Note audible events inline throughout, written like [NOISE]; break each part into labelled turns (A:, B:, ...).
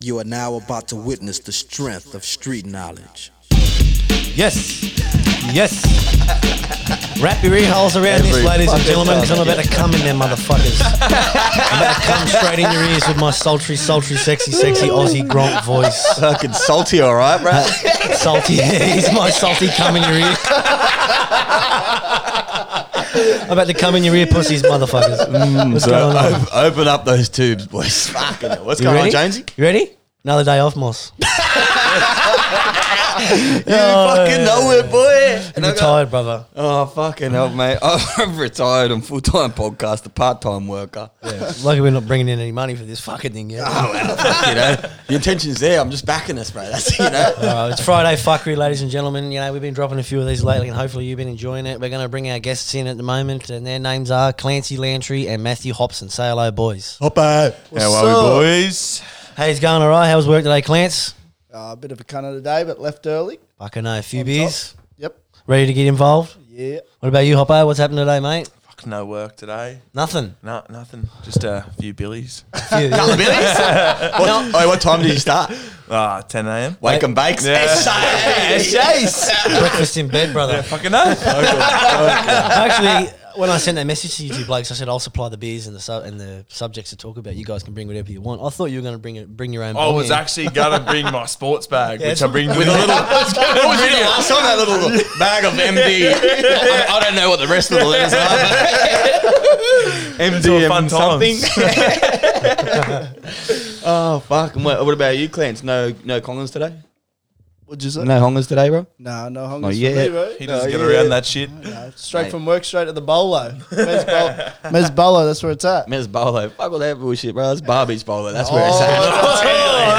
A: You are now about to witness the strength of street knowledge.
B: Yes. Yes. Wrap your ear holes around this,
C: Every
B: ladies and
C: fucking
B: gentlemen, because I'm
C: time.
B: about to come in there, motherfuckers. I'm about to come straight in your ears with my sultry, sultry, sexy, sexy Aussie Gronk voice.
C: Fucking salty, all right, bro. [LAUGHS]
B: Salty, [LAUGHS] he's my salty come in your ear. [LAUGHS] I'm about to come in your ear, pussies, motherfuckers. What's
C: Mm, so uh,
B: going on?
C: op- open up those tubes, boys. Fucking hell. What's
B: You
C: going
B: ready?
C: on, Jonesy?
B: You ready? Another day off,
C: [LAUGHS]
B: Moss.
C: You fucking know it, boy.
B: I'm
C: And I got-
B: retired, brother.
C: oh, fucking hell, mate. [LAUGHS] I'm retired. I'm full time podcaster, part time worker. Oh,
B: Lucky we're not bringing in any money for this fucking thing yet.
C: you know, the intention's there. I'm just backing us, bro. That's it, you know.
B: All right, it's Friday fuckery, ladies and gentlemen. You know we've been dropping a few of these lately, and hopefully you've been enjoying it. We're going to bring our guests in at the moment, and their names are Clancy Lantry and Matthew Hobson. Say hello, boys.
A: Hoppa!
C: How are we, boys?
B: Hey, it's going all right. How was work today, Clance?
D: Uh, a bit of a cunt of the day, but left early.
B: Fucking know, a few
D: On
B: beers.
D: top. Yep.
B: Ready to get involved?
D: Yeah.
B: What about you, Hoppo? What's happened today, mate?
E: Fuck, no work today.
B: Nothing.
E: No, nothing. Just a few billies.
B: Few.
C: [LAUGHS] What, oh, what time did you start?
E: Ah, 10 a.m.
C: Wake and bakes.
E: Yeah.
C: Essays.
B: Breakfast in bed, brother.
E: Fucking no.
B: Actually, when I sent that message to you two blokes, I said I'll supply the beers and the sub- and the subjects to talk about. You guys can bring whatever you want. I thought you were going to bring it, bring your own.
E: I
B: bong
E: was
B: in.
E: actually gonna bring my sports bag,
B: Yeah,
E: which I bring
C: With
E: with
C: a
E: a
C: little. [LAUGHS] What was it last time? That little bag of [LAUGHS] MD. I, I don't know what the rest of the letters are.
E: It's all fun
C: MD something. oh fuck! And what, what about you, Clance? No, no Collins today.
D: What'd you say?
C: No Hongers today, bro.
D: No, no hongers
C: Not
D: for
C: yet.
D: me, bro.
E: He
D: No,
E: doesn't get
D: Oh, yeah.
E: around that shit.
D: No, straight from work, straight to the bolo. [LAUGHS] Mez bolo. Mez bolo, that's where it's [LAUGHS] at.
C: Men's bolo. Fuck all that bullshit, bro. It's Barbie's bolo. That's where
D: Oh,
C: it's at.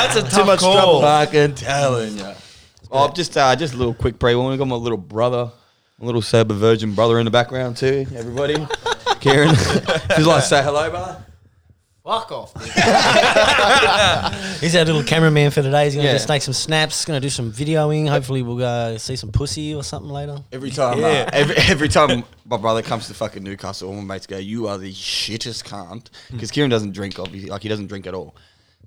E: that's a tough
D: much trouble.
C: Fucking telling you. Oh, just uh, just a little quick pre. We got my little brother, my little sober virgin brother in the background too. [LAUGHS] Everybody, Karen, she's like, say hello, brother.
D: Fuck off. dude.
B: He's our little cameraman for today. He's gonna
C: Yeah.
B: just take some snaps, gonna do some videoing. Hopefully, we'll go see some pussy or something later.
C: Every time,
E: Yeah.
C: uh, every, [LAUGHS] every time my brother comes to fucking Newcastle, all my mates go, "You are the shittest cunt," because Kieran doesn't drink, obviously, like he doesn't drink at all.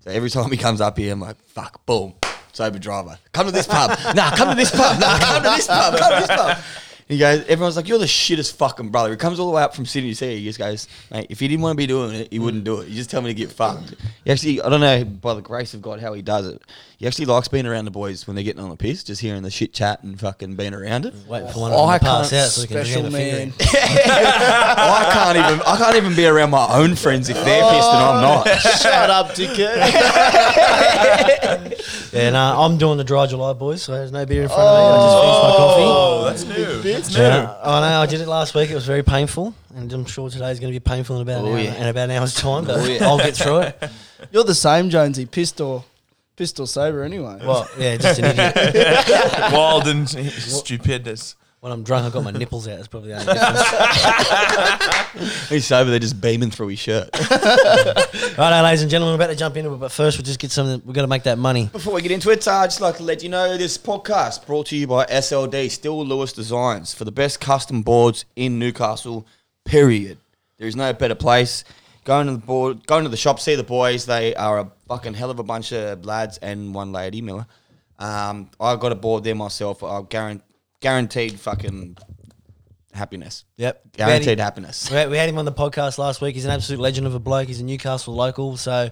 C: So every time he comes up here, I'm like, "Fuck, boom, sober driver, come to this pub, nah, come to this pub, nah, come to this pub, come to this pub." He goes, everyone's like, "You're the shittest fucking brother." He comes all the way up from Sydney to see. you. He just goes, "Mate, if he didn't want to be doing it, he wouldn't do it. He just tell me to get fucked." He actually, I don't know by the grace of God how he does it. He actually likes being around the boys when they're getting on the piss, just hearing the shit chat and fucking being around it.
B: Waiting for one of them
C: I
B: to pass
C: can't
B: out so we can jam
D: Special
B: a finger in.
D: man.
C: I can't even I can't even be around my own friends if they're pissed and I'm not.
D: [LAUGHS] Shut up, [LAUGHS] dickhead.
B: Yeah, no, I'm doing the dry July, boys. So there's no beer in front
C: Oh,
B: of me. I just finished my coffee.
E: Oh, That's new. That's
B: Yeah, I know. I did it last week. It was very painful, and I'm sure today's going to be painful in about an
C: Oh,
B: hour,
C: yeah.
B: in about an hour's time. But
C: Oh, yeah.
B: I'll get through it.
D: You're the same, Jonesy. Pissed or, pissed or sober, anyway.
B: Well, yeah, just an
C: [LAUGHS]
B: idiot.
E: new. Wild and [LAUGHS] stupendous.
B: When I'm drunk, I've got my nipples out. That's probably the only difference.
C: He's sober, they're just beaming through his shirt.
B: Right, ladies and gentlemen, we're about to jump into it, but first we'll just get some. We've got to make that money.
C: Before we get into it, uh, I'd just like to let you know this podcast brought to you by SLD, Still Lewis Designs, for the best custom boards in Newcastle, period. There is no better place. Going to the board, going to the shop, see the boys. They are a fucking hell of a bunch of lads and one lady, Miller. Um, I got a board there myself. I guarantee, guaranteed fucking happiness.
B: Yep,
C: Guaranteed
B: Ready?
C: happiness.
B: We had, we had him on the podcast last week. He's an absolute legend of a bloke. He's a Newcastle local, so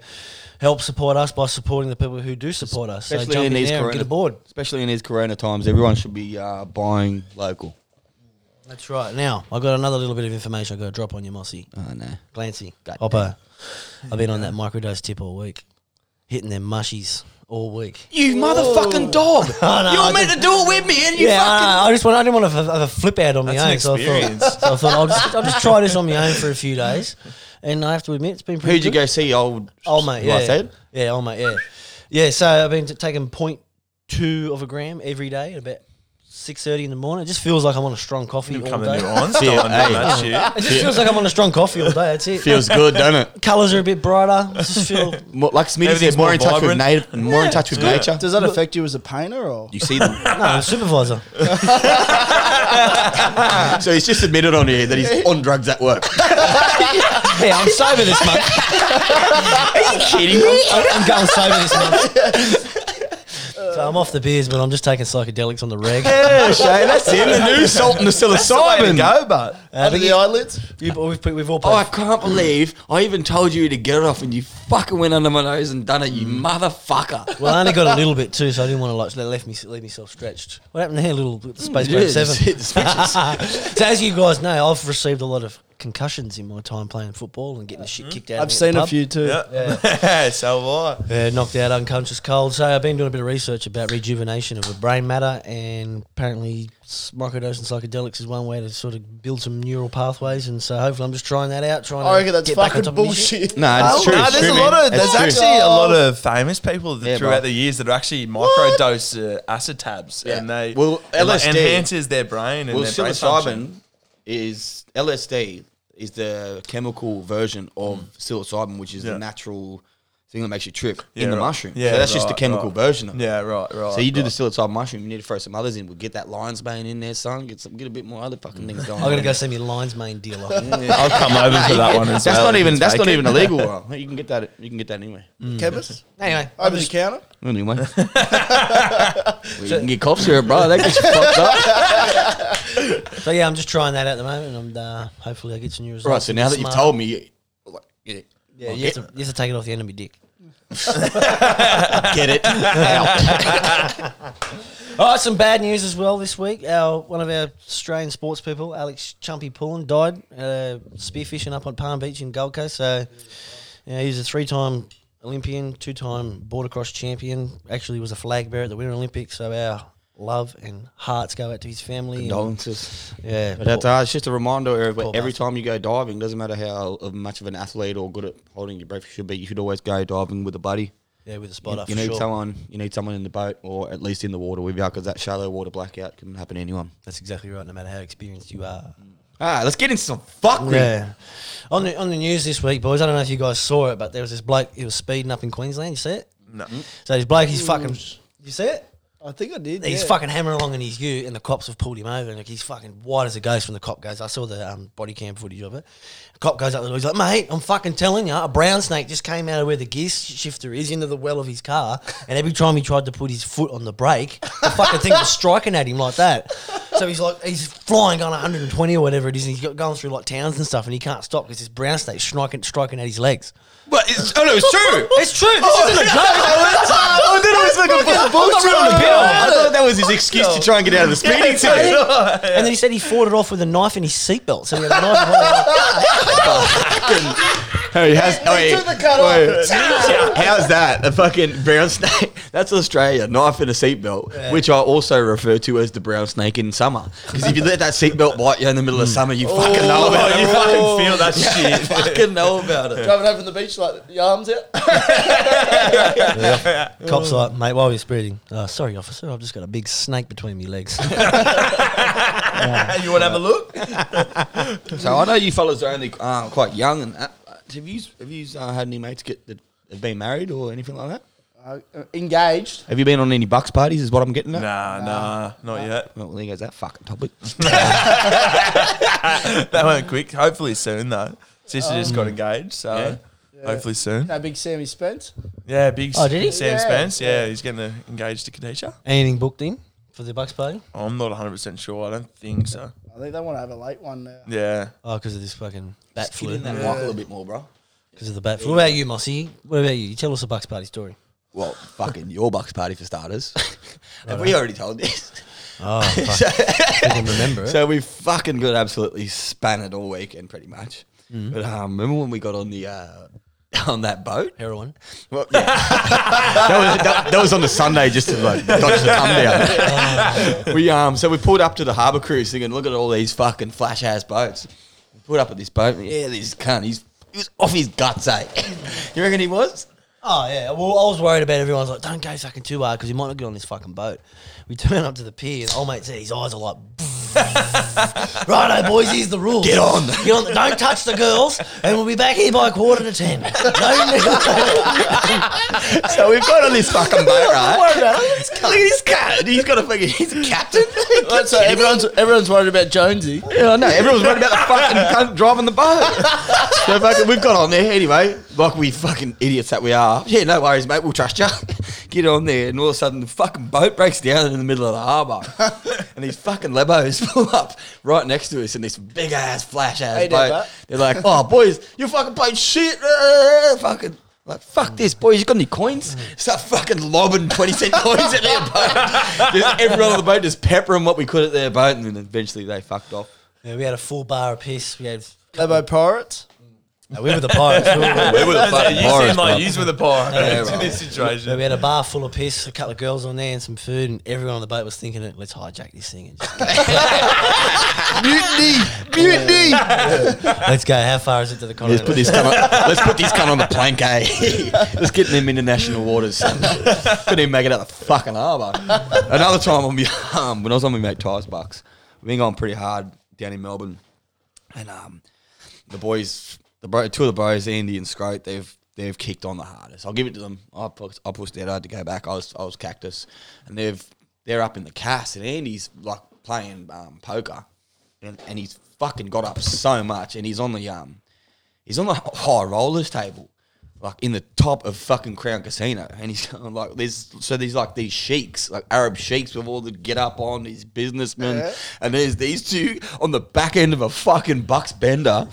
B: help support us by supporting the people who do support us. So jump in there and get aboard.
C: Especially in these corona times, everyone should be uh, buying local.
B: That's right. Now I got another little bit of information I got to drop on you, Mossy,
C: Oh no.
B: Glancy,
C: God
B: Hopper. I've been on that microdose tip all week, hitting them mushies all week.
C: You motherfucking dog!
B: no,
C: you were
B: [LAUGHS] I
C: meant to do it with me, and you
B: yeah,
C: fucking.
B: I, I just want, I didn't want to have have a flip out on
E: That's
B: my
E: an
B: own, so I
E: experience.
B: thought, so I thought I'll just, I'll just try this on my own for a few days, and I have to admit it's been pretty.
C: Who'd you
B: good.
C: go see, old?
B: Oh mate, yeah,
C: Like I said?
B: yeah, oh mate, yeah, yeah. So I've been t- taking point two of a gram every day, about six thirty in the morning. It just feels like I'm on a strong coffee all
E: Come
B: day.
E: to New Einstein and
C: hey.
E: do that
B: It
E: shit.
B: just feels like I'm on a strong coffee all day. That's it.
C: Feels good,
B: [LAUGHS]
C: doesn't it?
B: Colours are a bit brighter. I
C: [LAUGHS]
B: just feel.
C: More, like Smitty said,
E: Everything's
C: more,
E: more
C: in touch with
E: vibrant.
C: native, more in touch with
E: Yeah.
C: nature.
D: Does that affect you as a painter or?
C: You see them.
B: [LAUGHS] No, I'm a supervisor.
C: so he's just admitted on here
B: [LAUGHS]
C: that he's on drugs at work.
B: Yeah, I'm sober this
C: [LAUGHS]
B: month.
C: Kidding me?
B: I'm I'm going sober this month.
C: [LAUGHS]
B: So I'm off the beers, but I'm just taking psychedelics on the reg.
C: Yeah, Shane, that's him. The new salt and the
E: Way to
C: psilocybin.
E: go, but
D: Under the eyelids?
B: We've, all- we've, put- we've all
C: Oh, I
B: played.
C: can't believe I even told you to get it off and you fucking went under my nose and done it, you
B: Mm.
C: motherfucker.
B: [LAUGHS] well, I only got a little bit too, so I didn't want to like let- left me leave myself stretched. What happened here? Little space
C: [LAUGHS] Yeah,
B: yeah,
C: just
B: seven.
C: hit the switches.
B: so as you guys know, I've received a lot of concussions in my time playing football and getting the shit kicked out. of
D: I've
B: me at
D: seen
B: the
D: a
B: pub.
D: few too.
E: yeah. [LAUGHS] so what?
B: Yeah, knocked out, unconscious, cold. So I've been doing a bit of research about rejuvenation of a brain matter, and apparently s- microdosing psychedelics is one way to sort of build some neural pathways. And so hopefully, I'm just trying that out. Trying
D: I reckon
B: to
D: that's
B: get back on
D: fucking
B: top of my shit.
D: bullshit.
C: Nah, it's
E: Oh,
C: true.
E: nah,
C: it's
E: there's
C: true,
E: a
C: man.
E: lot of
C: It's
E: there's
C: true.
E: actually a lot of famous people that
C: Yeah,
E: throughout
C: bro.
E: the years that are actually microdose uh, acid tabs
C: Yeah.
E: and they
C: Well,
E: it, like,
C: LSD.
E: enhances their brain and
C: Well,
E: their brain function.
C: psilocybin is LSD is the chemical version of psilocybin, which is
E: Mm. Yeah.
C: the natural thing that makes you trip
E: Yeah,
C: in the
E: right.
C: mushroom.
E: Yeah,
C: so that's just the
E: right,
C: chemical
E: right.
C: version of it.
E: Yeah, right, right.
C: So you do
E: right.
C: the psilocybin mushroom, you need to throw some others in. We'll get that lion's mane in there, son. Get some, get a bit more other fucking things
E: [LAUGHS]
C: going.
B: I'm
C: on.
B: gonna go see my lines main
D: [LAUGHS]
B: dealer.
E: I'll come over for that one as [LAUGHS]
C: That's
E: well.
C: not even
E: It's
C: that's not even
E: vacant. Mm.
C: illegal. [LAUGHS]
E: [LAUGHS]
C: Bro. You can get that. You can get that anyway.
B: Mm.
D: Chemist?
B: anyway,
D: Over the counter?
E: [LAUGHS]
C: Anyway, well, you can get cops here, bro. That
E: [LAUGHS]
C: gets you fucked up.
B: so yeah, I'm just trying that at the moment, and uh, hopefully, I get some new results.
C: Right. So now that you've told me, like, yeah,
B: yeah, you, have to, you have to take it off the end of my dick.
C: get it out.
B: [LAUGHS] All right, some bad news as well this week. Our one of our Australian sports people, Alex Chumpy Pullen, died uh, spearfishing up on Palm Beach in Gold Coast. So, you know, he's a three-time Olympian, two-time border cross champion. Actually, was a flag bearer at the Winter Olympics. So our love and hearts go out to his family. and-
C: Condolences.
B: yeah,
C: But that's, uh, it's just a reminder of
B: Poor
C: every
B: bastard.
C: time you go diving, doesn't matter how of much of an athlete or good at holding your breath you should be, you should always go diving with a buddy.
B: yeah, with a spot
C: You,
B: up.
C: you
B: for
C: need
B: sure.
C: someone, you need someone in the boat or at least in the water with you because that shallow water blackout can happen
B: [LAUGHS]
C: to anyone.
B: That's exactly right. No matter how experienced you are.
C: Ah, let's get into some fuckery.
B: Yeah. On the on the news this week, boys. I don't know if you guys saw it, but there was this bloke. He was speeding up in Queensland. You see it?
E: No.
B: So this bloke, he's fucking. You see it?
D: I think I did.
B: He's
D: yeah.
B: fucking hammering along in his U, and the cops have pulled him over, and like, he's fucking white as a ghost when the cop goes. I saw the um, body cam footage of it. The cop goes up the door. He's like, "Mate, I'm fucking telling you, a brown snake just came out of where the gear sh- shifter is into the well of his car, and every time he tried to put his foot on the brake, the fucking thing was striking at him like that." So he's like, he's flying going 120 or whatever it is, and he's got- going through like towns and stuff, and he can't stop because this brown snake's striking, striking at his legs.
C: But it's, oh no, it's true.
B: It's true. This isn't a
C: [LAUGHS]
B: joke.
C: I thought it was like a bullshit. I thought that was his excuse to try and get out of the speeding ticket.
B: And then he said he fought it off with a knife in his seatbelt. So he had a knife. in one-
C: Hey, how's, wait,
D: took the cut
C: wait. how's that? A fucking brown snake. [LAUGHS] That's Australia. Knife and a seatbelt, which I also refer to as the brown snake in summer. Because if you let that seatbelt bite you in the middle of summer, you fucking know about
E: Oh, you
C: it. [LAUGHS]
E: fucking feel that shit. [LAUGHS]
C: You fucking know about it.
D: Driving over the beach like your arms out.
B: Cop's like, mate, while you're speeding, uh, sorry, officer, I've just got a big snake between my legs. [LAUGHS]
E: you want to have a look?
C: So I know you fellas are only uh, quite young, and uh, have you have you uh, had any mates get that have been married or anything like that?
D: Uh, engaged.
C: Have you been on any bucks parties? Is what I'm getting at.
E: Nah, nah, not yet. [LAUGHS]
C: Well, there goes that fucking [LAUGHS] topic.
E: That went quick. Hopefully soon though. Sister just got engaged, so hopefully soon.
D: No big Sammy Spence.
E: Yeah, big
B: Oh, did he?
E: Sam
D: Yeah.
E: Spence. Yeah, he's getting engaged to Kadesha.
B: Anything booked in for the Bucks party?
E: I'm not 100 percent sure. I don't think so.
D: I think they want to have a late one now.
E: Yeah.
B: Oh, because of this fucking bat
C: Get
B: flu.
C: in that mic a little bit more, bro.
B: Because of the bat flu. What about you, Mossy? What about you? You tell us a Bucks party story.
C: Well, fucking your bucks party for [LAUGHS] starters. Have we already told this?
B: [LAUGHS] Oh, fuck. I
C: [LAUGHS]
B: can remember it.
C: So we fucking got absolutely spanned all weekend, pretty much. But um, remember when we got on the uh, [LAUGHS] on that boat?
B: [LAUGHS] Heroin.
C: Well, yeah. that, was, that, that was on the Sunday, just to like dodge the come down. [LAUGHS] we um, so we pulled up to the harbour cruise thing and look at all these fucking flash ass boats. We pulled up at this boat, and yeah, this cunt, he's he was off his guts, eh? [LAUGHS] you reckon he was?
B: Oh yeah. Well, I was worried about everyone's like, don't go fucking too hard because you might not get on this fucking boat. We turn up to the pier, and old mate said his eyes are like. [LAUGHS] Righto, boys, here's the rule. Get on. Get on. Don't touch the girls, and we'll be back here by quarter to ten. [LAUGHS] No,
C: So we've got on this fucking [LAUGHS] boat, right?
D: Worry about it.
C: Look at this cat. He's got a fucking. He's a captain.
D: Right, so everyone's everyone's worried about Jonesy.
C: Yeah, I know. Everyone's worried about the fucking cunt driving the boat. so fucking, we've got on there anyway. Like we fucking idiots that we are. Yeah, no worries, mate. We'll trust you. [LAUGHS] Get on there, and all of a sudden the fucking boat breaks down in the middle of the harbour, and these fucking lebos [LAUGHS] pull up right next to us in this big ass flash ass
D: Hey,
C: boat.
D: Debra.
C: They're like, "Oh, boys, you fucking playing shit." [LAUGHS] Uh, fucking. Like, fuck this, boys. You got any coins? Start fucking lobbing 20 cent coins at their boat. Just everyone on the boat just peppering what we could at their boat, and then eventually they fucked off.
B: yeah, we had a full bar of piss. We had.
D: Lebo Pirates.
B: No, we were the pirates. We were-
E: We were the fucking You
C: pirates,
E: seem like
C: bro.
E: you were the pirates
C: Yeah,
E: in this
B: So we
E: situation.
B: had a bar full of piss, a couple of girls on there, and some food, and everyone on the boat was thinking, "Let's hijack this thing and just go.
C: Mutiny! Mutiny!
B: let's go." How far is it to the
C: Let's
B: continent?
C: put this cunt on, let's put this cunt on the plank, eh? [LAUGHS] let's get them international waters. [LAUGHS] Couldn't even make it out the fucking harbour. Another time on my, um, when I was on my mate Ty's Bucks, we've been going pretty hard down in Melbourne. And um, the boys, the bro, two of the bros, Andy and Scroat, they've they've kicked on the hardest. I'll give it to them. I pushed, I pushed out. I had to go back. I was I was cactus, and they've they're up in the cast, and Andy's like playing um, poker, and, and he's fucking got up so much, and he's on the um he's on the high rollers table, like in the top of fucking Crown Casino, and he's [LAUGHS] kind of like there's so there's like these sheiks, like Arab sheiks with all the get up on these businessmen, and there's these two on the back end of a fucking Bucks bender.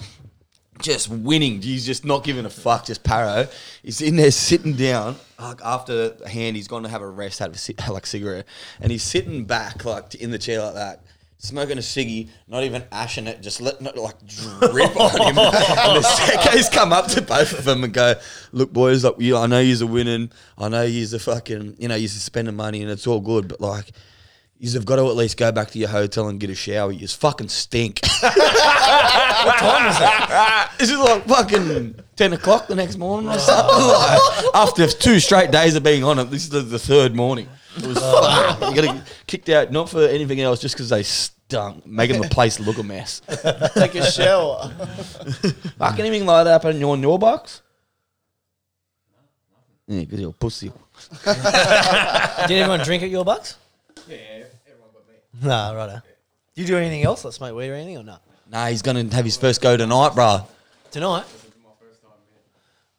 C: Just winning, he's just not giving a fuck. Just paro, he's in there sitting down. Like after a hand, he's gone to have a rest, have a ci- [LAUGHS] like cigarette, and he's sitting back like in the chair like that, smoking a ciggy, not even ashing it, just letting it like drip on him. and the secos come up to both of them and go, "Look, boys, like you, I know you're winning. I know you're fucking, you know, you're spending money, and it's all good, but like." You have got to at least go back to your hotel and get a shower. You fucking stink. what time is it? This is like fucking 10 o'clock the next morning or something. Like, [LAUGHS] after two straight days of being on it, this is the, the third morning. It was fucking, you got to kicked out, not for anything else, just because they stunk, making the place look a mess.
D: Take a
C: [LAUGHS]
D: shower.
C: Fuck anything like that happen in your, in your box? Yeah, because you're a pussy.
B: Did everyone drink at your bucks? Yeah, everyone but me. Nah, righto. Did you do anything else? Let's make weed or anything or not?
C: Nah, he's going to have his first go tonight, bruh.
B: Tonight?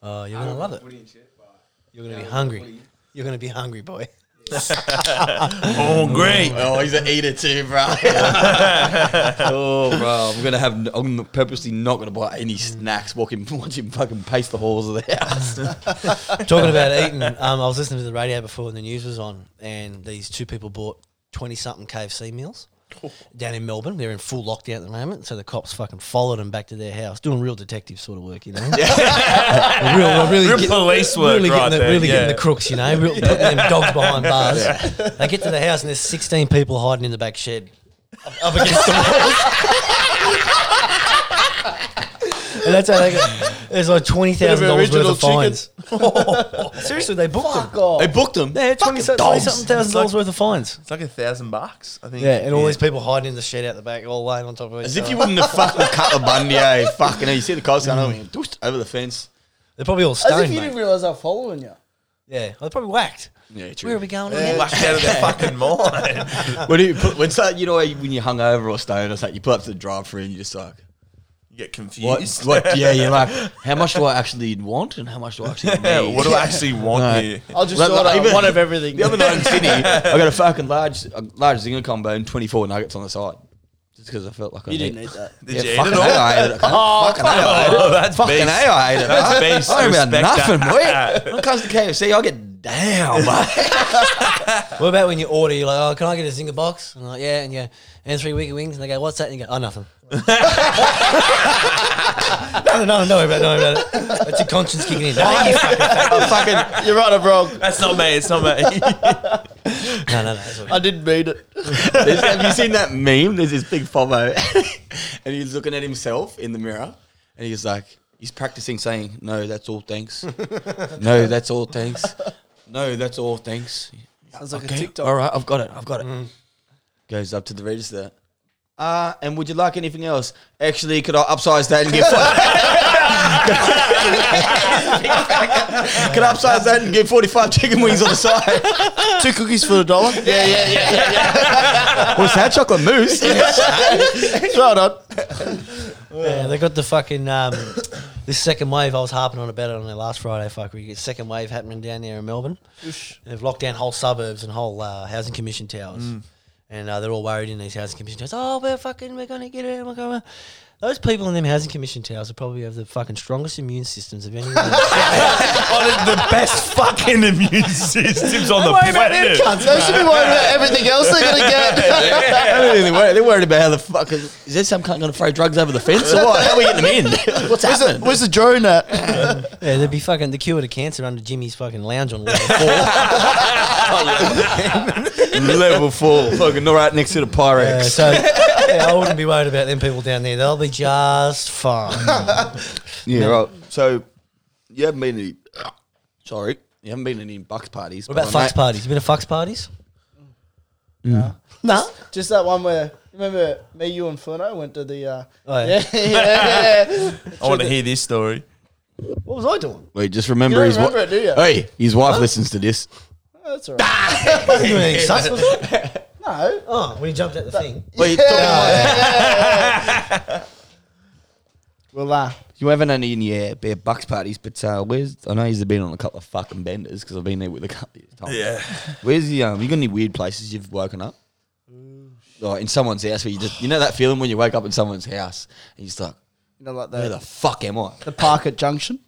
B: Oh, you're gonna love it. You're gonna be hungry. You're gonna be hungry, boy.
E: Oh, great.
C: Oh, he's an eater too, bro.
E: [LAUGHS]
C: oh, bro, I'm gonna have. I'm purposely not gonna buy any snacks. Walk him, [LAUGHS] watch him fucking pace the halls of the house.
B: Talking about eating, um, I was listening to the radio before and the news was on, and these two people bought twenty something KFC meals down in Melbourne. They're in full lockdown at the moment, so the cops fucking followed them back to their house, doing real detective sort of work, you know. [LAUGHS] real, really
E: Real
B: get-
E: police work
B: really
E: right
B: getting the,
E: there,
B: really
E: yeah.
B: getting the crooks, you know, real, putting them dogs
E: [LAUGHS]
B: behind bars. They get to the house and there's sixteen people hiding in the back shed, up- up against the
E: [LAUGHS]
B: walls. And that's how they got. There's like twenty thousand dollars worth
D: original
B: of fines. Seriously, they booked them.
D: God.
C: They booked him.
B: Yeah, twenty
C: Fucking
B: something
C: dogs.
B: thousand dollars worth of fines.
E: It's like a thousand bucks, I think.
B: Yeah, and all these people hiding in the shed out the back, all laying on top of each
C: As if
B: other.
C: you wouldn't have fucking
B: [LAUGHS]
C: cut the bundy, eh? Fucking, hell, you see the cops going over, here, "Doosh," over the fence.
B: They're probably all
D: As if
B: stoned.
D: you
B: mate.
D: didn't realise they're following you.
B: Yeah, they're probably whacked.
C: Yeah, true.
B: Where are we going?
E: All
B: again?
E: whacked out of their [LAUGHS] fucking mind.
C: When you put, when so, you know when you're hungover or stoned or something, you pull up to the drive-through and you're just like,
E: You get
C: what?
E: confused. [LAUGHS]
C: what? Yeah, you're like, how much do I actually want and how much do I actually
E: [LAUGHS] Yeah, Oh,
C: need?
E: what do I actually want
C: No.
E: here?
D: I'll just
C: Well,
D: order
C: like, even-
D: one of everything.
C: [LAUGHS] The other night in Sydney, [LAUGHS] I got a fucking large, a large zinger combo and 24 nuggets on the side. Just because I felt like I
D: [LAUGHS] you didn't need
C: [LAUGHS]
D: that.
E: Did
C: Yeah,
E: you eat
C: fucking
E: it all?
C: A, I ate it.
E: [LAUGHS] Oh,
C: fucking A, I ate it.
E: oh, that's
C: Fucking
E: beast.
C: A, I ate it.
E: That's
C: mate.
E: beast.
C: I don't about
E: Respect
C: nothing,
E: that.
C: boy.
E: [LAUGHS]
C: When it comes to KFC, I get down, mate.
B: What about when you order? You're like, oh, can I get a zinger box? And I'm like, yeah, and you go, and three wiggy wings, and they go, what's that? And you go, oh, nothing. [LAUGHS] no, no, no, about, it, no, about it. It's your conscience kicking in. No, you fucking-
D: I'm fucking. You're right. I'm wrong.
E: That's not me. It's not me. [LAUGHS]
B: no, no, no. It's all good.
D: [LAUGHS] I didn't mean it.
C: [LAUGHS] There's- have you seen that [LAUGHS] meme? There's this big FOMO, and he's looking at himself in the mirror, and he's like, He's practicing saying, "No, that's all. Thanks. no, that's all. Thanks. No, that's all. Thanks."
D: Sounds like a
C: Okay,
D: TikTok.
C: all right, I've got it. I've got it. Goes up to the register. Uh, and would you like anything else? Actually, could I upsize that and get forty? [LAUGHS] could I upsize that and get forty-five chicken wings on the side?
D: Two cookies for a dollar.
C: yeah, yeah, yeah, yeah. yeah. What's that? Chocolate [LAUGHS] mousse.
D: Throw it on.
B: Yeah, they got the fucking um, [COUGHS] this second wave. I was harping on about it on their last Friday. Fuck, we get second wave happening down there in Melbourne. And they've locked down whole suburbs and whole uh, housing commission towers,
C: Mm.
B: and uh, they're all worried in these housing commission towers. Oh, we're fucking, we're gonna get it. We're gonna. Those people in them housing commission towers are probably have the fucking strongest immune systems of anyone.
C: [LAUGHS]
E: on the best fucking immune [LAUGHS] systems on the
B: worry about them
E: planet.
D: They should be worried about everything else they're gonna
C: [LAUGHS]
D: get.
E: [LAUGHS]
C: I don't think they're worried. They're worried about how the fuck is, is there some cunt going to throw drugs over the fence or what? How are we getting them in? What's
D: Where's the,
C: happening?
D: where's the drone at?
B: [LAUGHS] yeah, they'd be fucking the cure to cancer under Jimmy's fucking lounge
C: [LAUGHS]
B: on level four.
C: Level four, fucking right next to
B: Yeah,
C: the Pyrex.
B: Uh, so yeah, I wouldn't be worried about them people down there. They'll be just fine.
C: Yeah, right. So you haven't been to any, sorry, you haven't been to any bucks parties.
B: What about fucks parties? You been to fucks parties?
D: Mm.
B: No.
D: Just that one where remember me, you, and Furno went to the.
C: [LAUGHS]
D: Uh,
B: Oh, yeah.
D: [LAUGHS] yeah, yeah, yeah.
E: I want to hear this story.
D: What was I doing?
C: Wait, just remember
D: You don't
C: his wife.
D: remember it, do you?
C: Hey, his wife listens to this.
D: Oh, that's all right.
B: You were in sus, was it?
D: [LAUGHS] no.
B: Oh, when you jumped at the thing.
C: Wait,
D: Well, uh,
C: you haven't had any yeah, bare bucks parties, but uh, where's? I know he's been on a couple of fucking benders because I've been there with a couple of times.
E: Yeah.
C: Where's the um? You got any weird places you've woken up? Like in someone's house where you just you know that feeling when you wake up in someone's house and you're just like,
D: you know, like
C: where
D: the,
C: the fuck am
D: [LAUGHS]
C: I?
D: the park at
C: [LAUGHS]
D: Junction.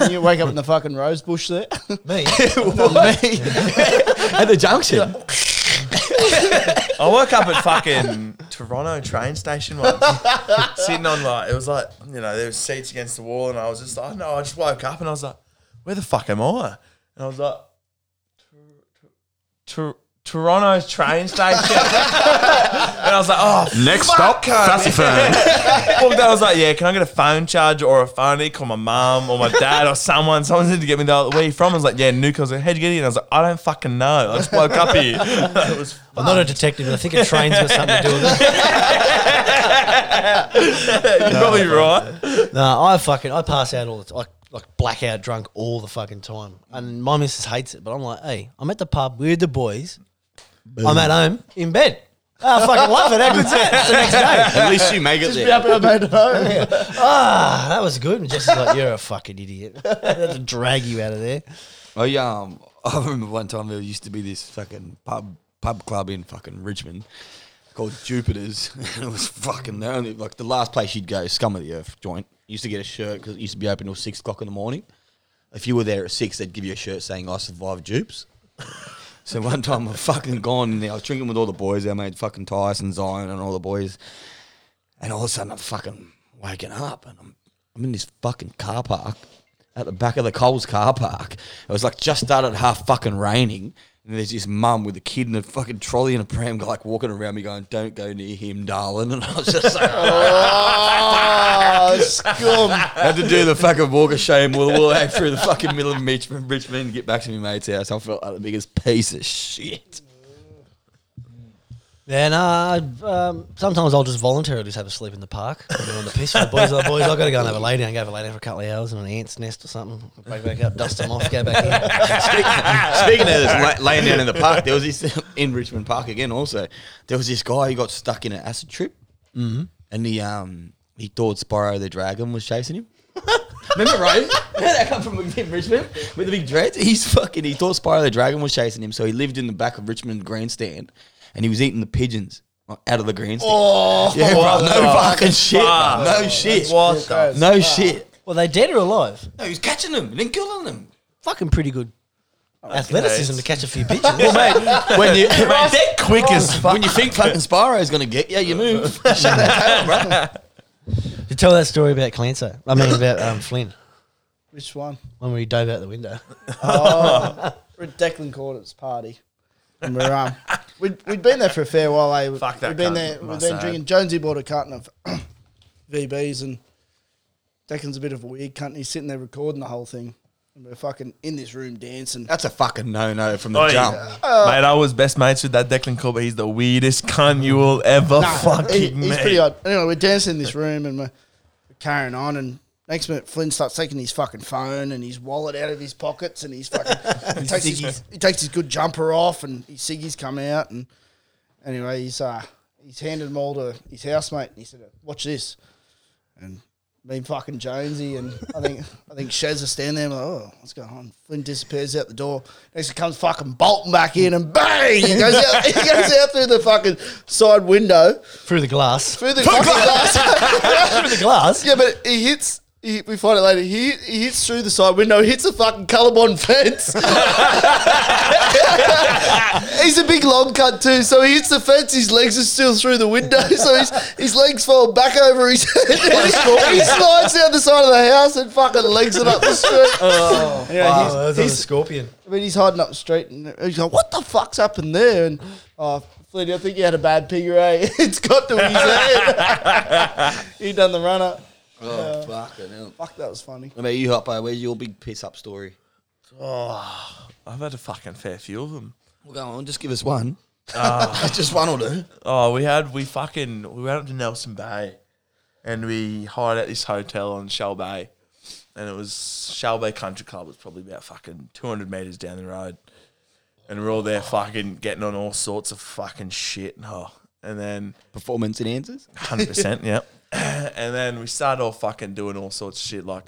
D: And you wake up in the fucking rose bush
B: Me.
D: there.
C: [LAUGHS] At the junction.
D: [LAUGHS]
E: I woke up at fucking Toronto train station once, [LAUGHS] sitting on like it was like you know there was seats against the wall, and I was just like, no, I just woke up and I was like, where the fuck am I? And I was like, Tor- Tor- Toronto train station, [LAUGHS] and I was like, oh,
F: Next
E: fuck,
F: stop, Fassifan.
E: [LAUGHS] Well, I was like, yeah, can I get a phone charger or a phone? I need to call my mum or my dad or someone. Someone said to get me the other way from. I was like, yeah, Nuke. I was like, how'd you get here? And I was like, I don't fucking know. I just woke up here. [LAUGHS] it was
B: I'm not a detective, but I think a train's got something to do with it.
E: [LAUGHS] You're probably right.
B: No, I fucking I pass out all the time. Like, like blackout drunk all the fucking time. And my missus hates it, but I'm like, hey, I'm at the pub with the boys. I'm at home in bed. Ah, I fucking love it. How good's that? It's the next day.
C: At least you make it there.
D: [LAUGHS] Happy I
C: [LAUGHS]
D: made it home.
B: Ah, that was good. And Jesse's like, you're a fucking idiot. [LAUGHS] I had to drag you out of there.
C: I um [LAUGHS] I remember one time there used to be this fucking pub pub club in fucking Richmond called Jupiter's, [LAUGHS] and it was fucking the only like the last place you'd go, scum of the earth joint. You used to get a shirt because it used to be open till six o'clock in the morning. If you were there at six, they'd give you a shirt saying "I survived Jupes." [LAUGHS] So one time I fucking gone in there. I was drinking with all the boys. I made fucking Tyson, Zion, and all the boys. And all of a sudden, I'm fucking waking up, and I'm I'm in this fucking car park at the back of the Coles car park. It was like just started half fucking raining, and there's this mum with a kid and a fucking trolley and a pram guy like walking around me going, "Don't go near him, darling." [LAUGHS] And I was just like,
D: Oh,
C: [LAUGHS]
D: scum.
C: I had to do the fucking walk of shame. We'll walk through the fucking middle of Mitch- Richmond and get back to my mate's house. I felt like the biggest piece of shit.
B: Then uh, um, sometimes I'll just voluntarily just have a sleep in the park. I've been on the piss with the boys. Like, boys, I've got to go and have a lay down, go have a lay down for a couple of hours in an ant's nest or something. Wake back up, dust them off, go back in.
C: [LAUGHS] Speaking of this, la- laying down in the park, there was this [LAUGHS] in Richmond Park again. Also, there was this guy who got stuck in an acid trip, and he um he thought Spyro the Dragon was chasing him. [LAUGHS] Remember, right? Remember that come from [LAUGHS] in Richmond with the big dreads? He's fucking. He thought Spyro the Dragon was chasing him, so he lived in the back of Richmond grandstand, and he was eating the pigeons like, out of the grandstand.
E: Oh,
C: [LAUGHS] yeah, bro,
E: what
C: no
E: the
C: fucking shit, bro, no shit,
E: What the?
C: no shit.
B: Well, they dead or alive?
C: No, he was catching them and then killing them.
B: Fucking pretty good athleticism to catch a few bitches. well,
E: [LAUGHS]
C: When you [LAUGHS]
E: Mate, they're quick as fuck.
C: When you think fucking Spyro's gonna get you, you move. Shut that tail, bro.
B: you tell that story about Clancy. I mean, about um, Flynn,
D: Which one?
B: when we dove out the window.
D: Oh, [LAUGHS] we're at Declan Cornett's party. And we're, um, we'd, we'd been there for a fair while, eh?
E: Fuck that
D: We'd been
E: cunt,
D: there, we'd
E: must
D: [CLEARS THROAT] been
E: add.
D: drinking. Jonesy bought a carton of VBs and Declan's a bit of a weird cunt. and He's sitting there recording the whole thing. And we're fucking in this room dancing.
C: [LAUGHS] That's a fucking no no from the
E: Oi.
C: jump.
E: Mate, I was best mates with that Declan Corber. He's the weirdest cunt you will ever
D: Nah, he-
E: fucking
D: he's
E: meet.
D: pretty odd. Anyway, we're dancing in this room and we're carrying on. And next minute, Flynn starts taking his fucking phone and his wallet out of his pockets and he's fucking he takes his, he takes his good jumper off and his ciggies come out. And anyway, he's uh he's handed them all to his housemate and he said, "Watch this." And me and fucking Jonesy and I think I think Shaz are standing there. Like, oh, what's going on? Flynn disappears out the door. Next, it comes fucking bolting back in, and bang! He goes out. [LAUGHS] He goes out through the fucking side window
B: Through the
D: [LAUGHS]
B: glass.
D: through the glass.
B: Through the [LAUGHS] glass?
D: yeah, but he hits. He, we find it later. He, he hits through the side window, hits a fucking colourblind fence. [LAUGHS] he's a big long cut too, so he hits the fence. His legs are still through the window, [LAUGHS] so his, his legs fall back over his head. [LAUGHS] he slides down the side of the house and fucking legs it up the street. [LAUGHS]
B: Wow,
D: he's-
B: Oh, that was on
D: he's-
B: the scorpion.
D: I mean, he's hiding up the street, and he's like, "What the fuck's up in there?" And oh, Flinty, I think he had a bad pigger. Eh? [LAUGHS] It's got to his head. [LAUGHS] he done the run up.
C: Oh, fucking hell.
D: Fuck, that was funny.
C: What about you, Hoppo? Where's your big piss up story?
E: I've had a fucking fair few of them.
C: Well, go on, just give us one. [LAUGHS] just one will do.
E: Oh, we had we fucking we went up to Nelson Bay, and we hired at this hotel on Shell Bay, and it was Shell Bay Country Club. It's probably about fucking two hundred meters down the road, and we're all there fucking getting on all sorts of fucking shit. Oh, and then
C: Performance and answers.
E: Hundred percent, yeah. [CLEARS THROAT] And then we started all fucking doing all sorts of shit, like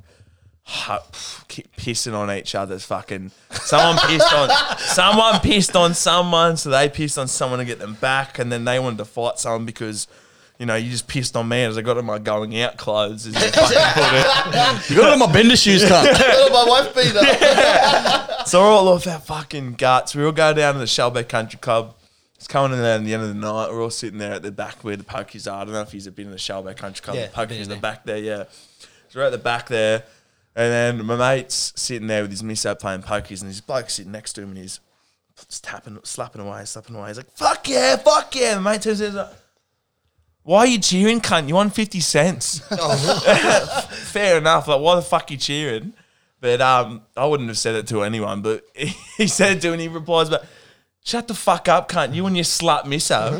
E: hu- ki- pissing on each other's fucking. Someone pissed [LAUGHS] on someone pissed on someone, so they pissed on someone to get them back, and then they wanted to fight someone because. You know, you just pissed on me as I got in my going out clothes. [LAUGHS] As you fucking put it.
C: You got it on my bender shoes, [LAUGHS] cunt.
D: my wife
E: [LAUGHS]
D: beat up.
E: So we're all off our fucking guts. We all go down to the Shelby Country Club. It's coming in there at the end of the night. We're all sitting there at the back where the pokies are. I don't know if you've been in the Shelby Country Club.
B: Yeah,
E: the pokies
B: been
E: in
B: in
E: the
B: there.
E: back there, yeah. So we're at the back there. And then my mate's sitting there with his miss out playing pokies and this bloke sitting next to him and he's just tapping, slapping away, slapping away. He's like, fuck yeah, fuck yeah. My mate turns to him, he's like, why are you cheering, cunt? You won 50 cents. Fair enough. Like, why the fuck you cheering? But um, I wouldn't have said it to anyone, but [LAUGHS] he said it to and he replies, but shut the fuck up, cunt. You and your slut miso.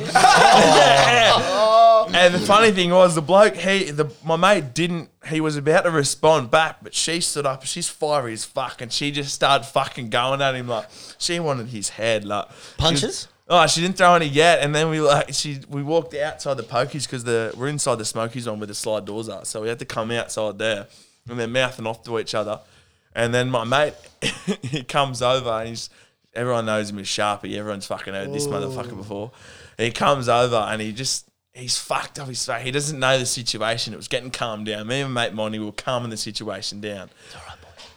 E: [LAUGHS] and the funny thing was the bloke, he the my mate didn't he was about to respond back, but she stood up, she's fiery as fuck, and she just started fucking going at him like she wanted his head like
B: Punches?
E: Oh, she didn't throw any yet, and then we like she we walked outside the pokies because the we're inside the smokies on where the slide doors are, so we had to come outside there, and they're mouthing off to each other, and then my mate [LAUGHS] he comes over and he's everyone knows him as Sharpie, everyone's fucking heard this motherfucker before, and he comes over and he just he's fucked up his face, he doesn't know the situation, it was getting calmed down. Me and my mate Monty were calming the situation down.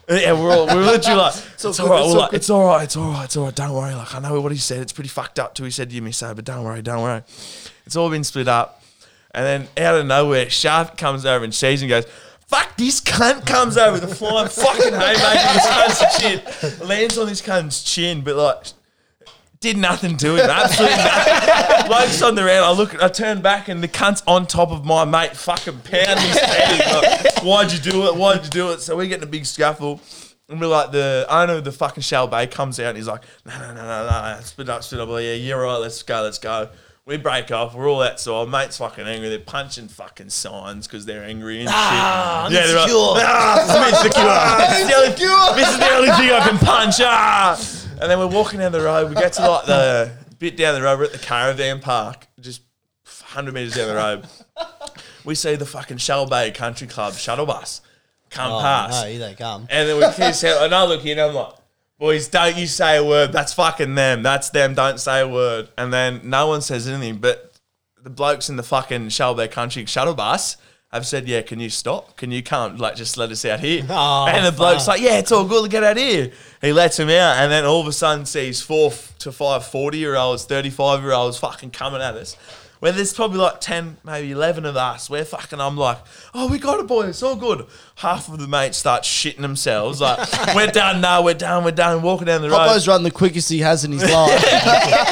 E: Yeah, we're all we're literally like, it's, all right, it's, all like it's all right, it's all right, it's all right. Don't worry. Like I know what he said. It's pretty fucked up too. He said you miss out, but don't worry, don't worry. It's all been split up, and then out of nowhere, Sharp comes over and sees him and goes. Fuck this cunt comes over the flying fucking haymaker this cunt's chin lands on this cunt's chin, but like did nothing to him. Absolutely nothing. Bloke's on the round. I look, I turn back, and the cunt's on top of my mate, fucking pounding his head. He's like, Why'd you do it? Why'd you do it? So we get in a big scuffle. And we're like, the owner of the fucking Shell Bay comes out and he's like, no, no, no, no, no, no, split up, split up. Yeah, you're right, let's go, let's go. We break off, we're all outside. Mate's fucking angry. They're punching fucking signs because they're angry and shit. Yeah, they're like, ah, it's insecure. This is the only- This is the only thing I can punch. Ah. And then we're walking down the road. We get to like the bit down the road. We're at the caravan park, just 100 meters down the road. We see the fucking Shell Bay Country Club shuttle bus come
B: Oh,
E: past.
B: no, you don't come.
E: And then we kiss out, and I look in, I'm like, boys, don't you say a word. That's fucking them. That's them. Don't say a word. And then no one says anything, but the blokes in the fucking Shelby Country shuttle bus have said, yeah, can you stop? Can you come? Like, just let us out here.
B: Oh,
E: and the bloke's like, yeah, it's all good. Get out here. He lets him out, and then all of a sudden sees four f- to five 40 year olds, 35 year olds fucking coming at us. Where there's probably like 10, maybe 11 of us. We're fucking, I'm like, oh, we got it, boys. It's all good. Half of the mates start shitting themselves. Like, we're done now. We're done. We're done. Walking down the road
D: Popo's run the quickest he has in
E: [LAUGHS]
D: his life.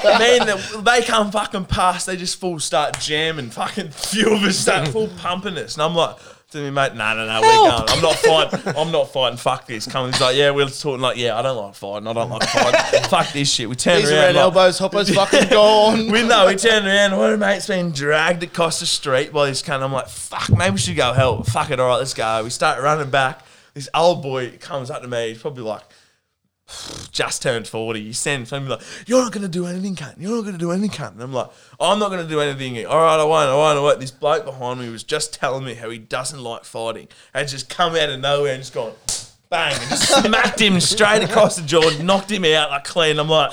E: man, they- they come fucking past. They just full start jamming. Fucking few of us start full pumping us, and I'm like, to me, mate, no, no, no, we're going. I'm not fighting. I'm not fighting. Fuck this. Come, he's like, yeah, we're just talking. Like, yeah, I don't like fighting. I don't like fighting. Fuck this shit. We turn
D: These
E: around.
D: red
E: like- [LAUGHS]
D: elbows, hoppers, fucking gone. [LAUGHS]
E: we know we turned around. One of my mate's been dragged across the street by this cunt. I'm like, fuck, maybe we should go help. Fuck it, all right, let's go. We start running back. This old boy comes up to me. He's probably like, just turned 40. He's standing in front of me like, you're not going to do anything, cunt. You're not going to do anything, cunt. And I'm like, I'm not going to do anything. All right, I won't, I won't, I won't. This bloke behind me was just telling me how he doesn't like fighting and just come out of nowhere and just gone, bang, and just smacked him straight across the jaw, knocked him out like clean. I'm like,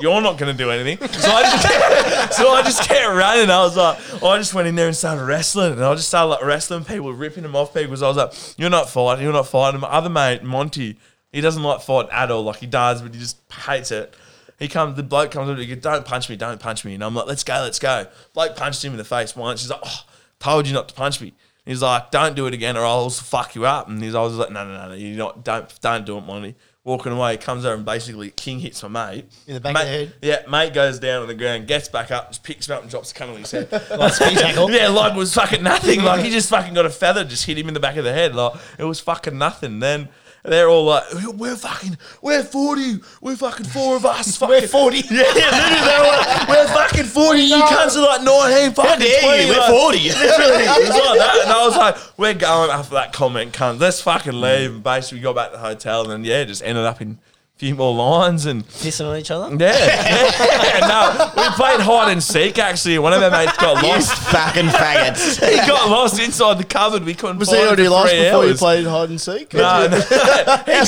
E: you're not going to do anything. So I, just kept, [LAUGHS] so I just kept running. I was like, I just went in there and started wrestling. And I just started like wrestling people, ripping them off people. So I was like, you're not fighting, you're not fighting. My other mate, Monty, he doesn't like fight at all. Like he does, but he just hates it. He comes, the bloke comes up to me, he goes, don't punch me, don't punch me. And I'm like, let's go, let's go. Bloke punched him in the face once. He's like, oh, told you not to punch me. And He's like, don't do it again or I'll fuck you up. And he's, I was like, no, no, no, no, you not, don't, don't do it, Monty. Walking away, he comes over and basically King hits my mate.
B: In the back of
E: Mate-
B: the head?
E: Yeah, mate goes down on the ground, gets back up, just picks him up and drops a cunt on his head.
B: speed tackle.
E: Yeah, like was fucking nothing. Like he just fucking got a feather, just hit him in the back of the head. Like it was fucking nothing. Then they're all like, "We're fucking, we're forty, we're fucking four of [LAUGHS] us, fucking we're 40. Yeah, yeah, literally, they're all like, "We're fucking forty. You cunts are like nineteen, fucking
C: dare you, we're
E: 20. like,
C: 40.
E: [LAUGHS] Literally, it was like that. And I was like, "We're going after that comment, cunt. Let's fucking leave." And basically, we got back to the hotel, and then, yeah, just ended up in. a Few more lines and
B: Pissing on each other.
E: yeah, [LAUGHS] yeah. no, we played hide and seek actually. One of our mates [LAUGHS] got
C: You
E: lost
C: fucking faggots. [LAUGHS]
E: he got lost inside the cupboard. We couldn't.
D: Was
E: find
D: he
E: him for
D: already lost
E: three
D: before you
E: hours.
D: played hide and seek?
E: No, no.
D: [LAUGHS]
E: he got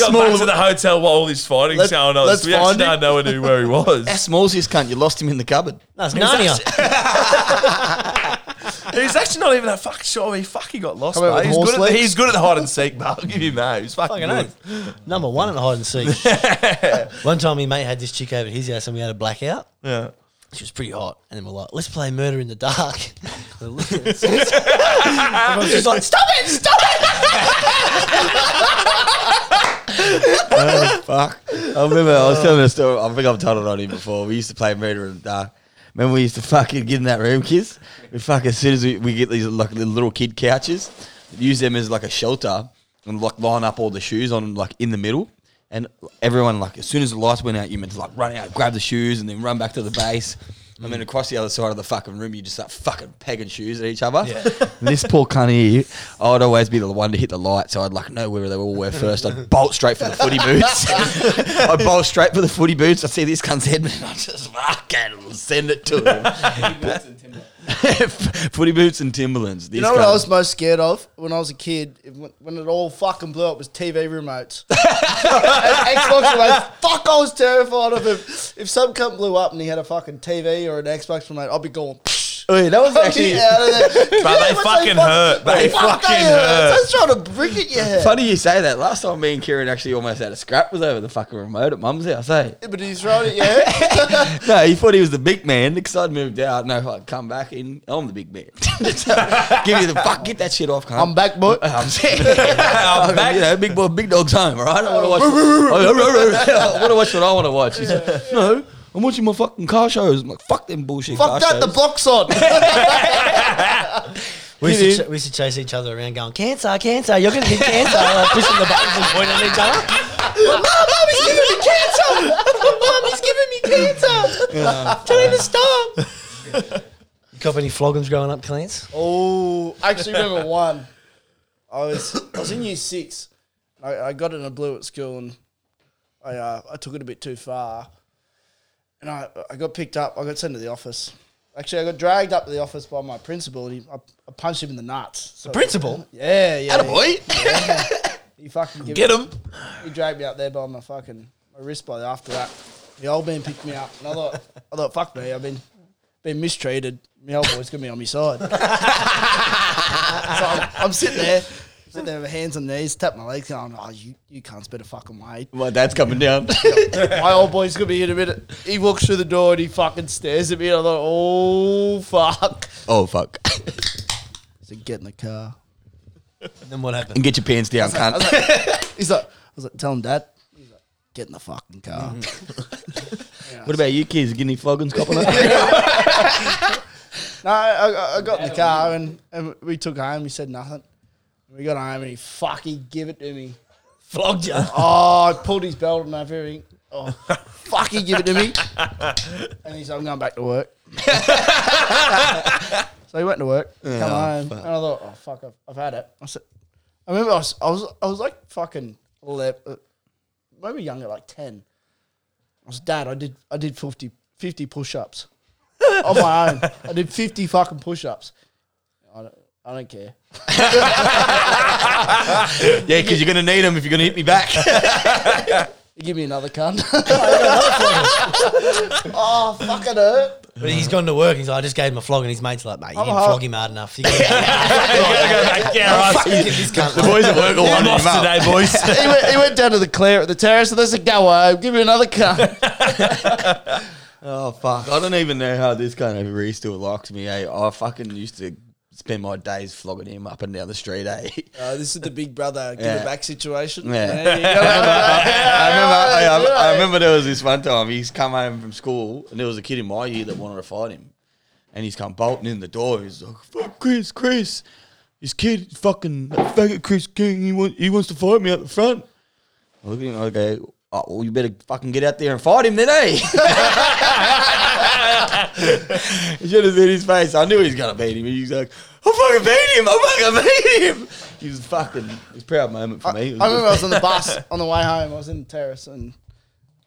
D: small-
E: back to the hotel while all this fighting
D: Let's-
E: going on.
D: let's
E: so we actually
D: find him.
E: don't know who- where he
C: How
E: was.
C: small's this cunt? You lost him in the cupboard.
B: That's Narnia. [LAUGHS]
E: He's actually [LAUGHS] not even that fucking sure. He fucking got lost.
D: Come out
E: mate.
D: with
E: He's,
D: horse
E: good at the,
D: legs.
E: he's good at the hide and seek, but I'll give him that. He's fucking,
B: Fucking
E: good.
B: oath. Number one in the hide and seek. [LAUGHS] one time, me mate had this chick over at his house, and we had a blackout.
D: [LAUGHS]
E: Yeah.
B: She was pretty hot, and then we're like, "Let's play Murder in the Dark." [LAUGHS] Everyone's just like, "Stop it! Stop it!"
C: Fuck. I remember I was telling a story. I think I've told it on here before. We used to play Murder in the Dark. Remember we used to fucking get in that room, kids. We fucking as soon as we, we get these like little, little kid couches, use them as like a shelter and like line up all the shoes on like in the middle. And everyone like as soon as the lights went out, you meant to like run out, grab the shoes, and then run back to the base. And then across the other side of the fucking room, you just start fucking pegging shoes at each other. [LAUGHS] And this poor cunt here, I would always be the one to hit the light, so I'd like know where they all were first.
D: [LAUGHS]
C: I'd bolt straight for the footy boots. [LAUGHS] I'd bolt straight for the footy boots. I see this cunt's head, and I just fucking send it
D: [LAUGHS]
C: to him. [LAUGHS] footy boots and Timberlands. This
D: You know what
C: cunt.
D: I was most scared of when I was a kid, it- when- when it all fucking blew up, was TV remotes.
E: [LAUGHS]
D: and Xbox remotes. Fuck, I was terrified of him. If some cunt blew up and he had a fucking TV or an Xbox remote, I'd be going.
C: Oi, that was
E: [LAUGHS]
D: Fuck
C: actually
D: it, out of there.
E: But they
D: once
E: fucking
D: fuck-
E: hurt. They fucking hurt.
D: That's trying to brick it, yeah.
C: funny you say that. Last time me and Kieran actually almost had a scrap was over the fucking remote at mum's house. eh? Hey.
D: But he's throwing it,
E: [LAUGHS]
D: yeah.
C: No, he thought he was the big man because I'd moved out. No, I'd come back in. I'm the big man. [LAUGHS] So, give you the fuck. Get that shit off, cunt.
D: I'm back,
E: [LAUGHS]
D: boy.
C: I'm sick. I'm [LAUGHS]
E: back.
C: You know, big boy, big dog's home, right? I want [LAUGHS] to watch. I want to watch what I want to watch. He's like, no, I'm watching my fucking car shows. I'm like, fuck them bullshit. car
D: Fuck that, the
C: shows."
B: [LAUGHS]
D: block's on.
B: We used, to ch- we used to chase each other around, going, "Cancer, cancer! You're gonna get [LAUGHS] cancer!" like, pushing the buttons and pointing at each other.
D: He's giving me cancer.
B: Tell him to stop. you cop any floggings growing up, Clance?
D: Oh, I actually remember one. I was I was in year six. I, I got in a blue at school and I uh, I took it a bit too far, and I I got picked up. I got sent to the office. Actually, I got dragged up to the office by my principal, and he, I, I punched him in the nuts. So,
B: Principal.
D: yeah, yeah, yeah.
C: Boy,
D: He fucking gave
E: Get him.
D: he dragged me up there by my fucking my wrist by after that. The old man picked me up and I thought I thought, fuck me, I've been been mistreated. My old boy's gonna be on my side. [LAUGHS] so I'm, I'm sitting there, sitting there with hands and knees, tap my legs, going, Oh, you you can't better fucking wait.
C: my dad's coming down.
D: [LAUGHS] My old boy's gonna be in a minute. He walks through the door and he fucking stares at me and I thought, Oh fuck.
C: oh fuck! [LAUGHS]
D: He said, Get in the car.
B: And then what happened?
C: And get your pants down, cunt.
D: He's like I was like, Tell him dad. He's like, Get in the fucking car.
C: [LAUGHS] What about you kids? Getting any floggings, copping up?
D: No, I, I- I got in the car and, and we took home. We said nothing. We got home and he fucking give it to me.
B: Flogged you.
D: [LAUGHS] Oh, I pulled his belt and everything. Oh, fucking give it to me. And he's like, I'm going back to work. [LAUGHS] so he went to work, come home, and I thought, oh, fuck, I've, I've had it. I said, I remember I was, I was, I was like fucking 11, uh, maybe younger, like 10. I was, Dad, I did, I did 50, 50 push-ups [LAUGHS] on my own. I did 50 fucking push-ups. I don't, I don't care.
C: [LAUGHS] Yeah, because you're gonna need them if you're gonna hit me back.
D: Give me another [LAUGHS] cunt. [LAUGHS] oh, fucking hurt.
B: But he's gone to work. He's like, I just gave him a flog, and his mate's like, mate, you didn't
D: hard.
B: flog him hard enough. You gotta go [LAUGHS] back.
E: yeah,
B: Fucking give this cunt
C: the boys at work all lining him
E: lost
C: up.
E: today, boys.
D: [LAUGHS] He went, he went down to the clear at the terrace and there's a go home. Give me another cunt.
C: [LAUGHS] Oh fuck! I don't even know how this kind of re still likes me. Eh? I fucking used to spend my days flogging him up and down the street. Eh? [LAUGHS]
F: Uh, this is the big brother give
C: Yeah.
F: it back situation.
C: Yeah.
D: [LAUGHS]
F: There you go.
C: I remember, I, I- I remember there was this one time he's come home from school and there was a kid in my year that wanted to fight him, and he's come bolting in the door. He's like, "Fuck Chris, Chris, this kid fucking that faggot Chris King. He wants he wants to fight me out the front." I look at him. I go, "Oh, well, you better fucking get out there and fight him then, eh?" [LAUGHS] You should have seen his face. I knew he was gonna beat him. He was like, "I fucking beat him! I fucking beat him!" He was fucking. It was a proud moment for me. It was
D: I remember I was on the bus on the way home. I was in the terrace and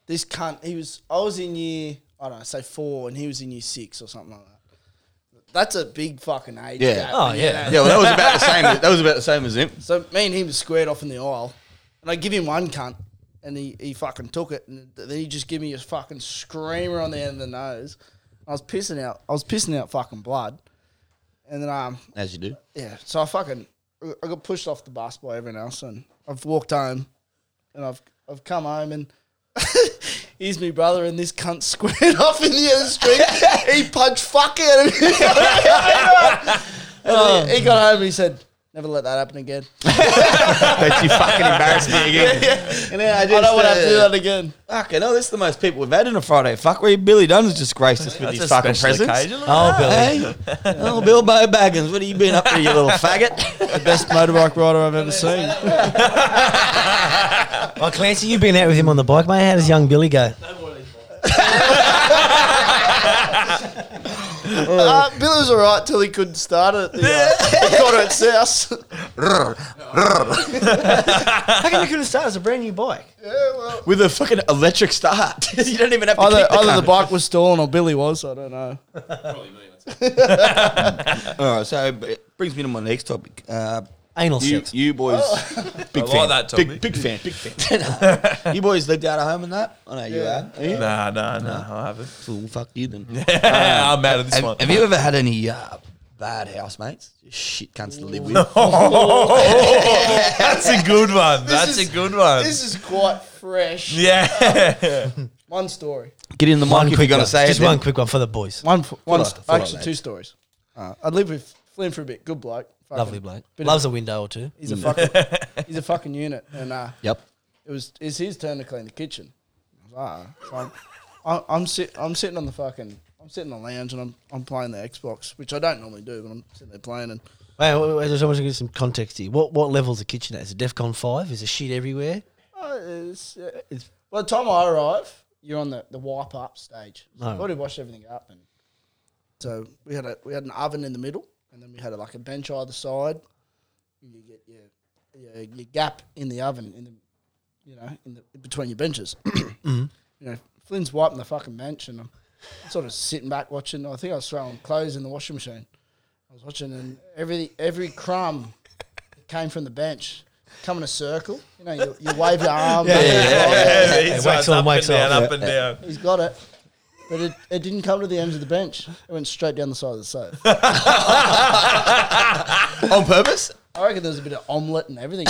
D: this cunt, he was, I was in year, I don't know, say four and he was in year six or something like that. That's a big fucking age
C: Yeah.
D: gap.
B: Oh,
D: you
B: yeah.
C: Yeah,
D: know.
C: well, that was about the same. That was about the same as him.
D: So me and him was squared off in the aisle, and I give him one cunt, and he, he fucking took it, and th- then he just give me a fucking screamer on the end of the nose. I was pissing out, I was pissing out fucking blood, and then um
C: As you do.
D: yeah, so I fucking I got pushed off the bus by everyone else, and I've walked home, and I've I've come home and. [LAUGHS] Here's me brother and this cunt [LAUGHS] squared off in the other street. he punched fuck out of me. [LAUGHS] And he, he got home and he said, Never let that happen again.
C: But you fucking embarrassed me
D: [LAUGHS]
C: again.
D: And then I,
C: just,
D: don't want to have to do
C: uh,
D: that again.
C: Fucking hell, this is the most people we've had in a Friday. Fuck, where Billy Dunn's just graced us with
E: That's
C: his
E: a
C: fucking
E: special
C: presence.
E: occasion.
B: Oh, Billy.
C: Hey, oh, Bilbo Baggins, what have you been up to, you
E: [LAUGHS]
C: little faggot?
F: the best motorbike rider I've ever seen.
B: Well, Clancy, you've been out with him on the bike, mate. How does young Billy go?
D: Uh, Bill was all right till he couldn't start it. The, uh, the quarter at South.
B: How come you couldn't start? It's a brand new bike.
C: with a fucking electric start. [LAUGHS] you don't even have to
D: [LAUGHS] Either, [LAUGHS]
C: kick the
D: either
C: cunt.
D: the bike was stalling or Billy was. I don't know.
C: All right, so it brings me to my next topic. Uh,
B: Anal
C: you,
B: sex.
C: you boys, [LAUGHS] big
E: I like
C: fan.
E: that
C: Big,
E: topic.
C: big fan, big fan. [LAUGHS]
E: [LAUGHS]
C: you boys lived out of home and that? I know you had. Yeah.
E: Nah, nah, nah. I haven't.
C: Fool, fuck you then.
E: I'm out of this one.
C: have,
E: [LAUGHS]
C: have you ever had any uh, bad housemates? Shit cunts to live with.
E: Oh, [LAUGHS] that's a good one. That's
D: is-
E: a good one.
D: This is quite
E: [LAUGHS]
D: fresh.
E: yeah.
D: One story.
C: Get in the mic if you're going to say
B: just
C: it.
B: one quick one for the boys.
D: One, f- one
C: on,
D: st-
C: full on,
D: actually,
C: mate.
D: two stories. Uh, I lived with Flynn for a bit. Good bloke. Fucking-
B: Lovely bloke.
D: bit of-
B: Loves a window or two.
D: He's a fucking, he's a fucking unit. And uh,
C: Yep.
D: it was it's his turn to clean the kitchen. I was like, "Ah." So I'm, I- I'm, sit, I'm sitting on the fucking, I'm sitting on the lounge and I'm, I'm playing the Xbox, which I don't normally do, but I'm sitting there playing and
B: Wait, wait, wait, I just want to give some context here. What what level's the kitchen at? Is it DEFCON five? Is there shit [LAUGHS] everywhere?
D: Oh, it's, uh, it's, by the time I arrive, you're on the, the wipe up stage. So
B: No.
D: I've already washed everything up, and so we had a we had an oven in the middle, and then we had a, like a bench either side. You get your, your your gap in the oven in the you know in the between your benches. [CLEARS THROAT] You know, Flynn's wiping the fucking bench, and I'm sort of sitting back watching. I think I was throwing clothes in the washing machine. I was watching, and every every crumb came from the bench, come in a circle. You know, you, you wave your arm.
E: He's
B: Wax
E: going
B: on, wax
E: up and
B: off.
E: down, up and [LAUGHS] down.
D: He's got it. But it, it didn't come to the ends of the bench. It went straight down the side of the sofa.
C: On purpose?
D: I reckon there was a bit of omelette and everything.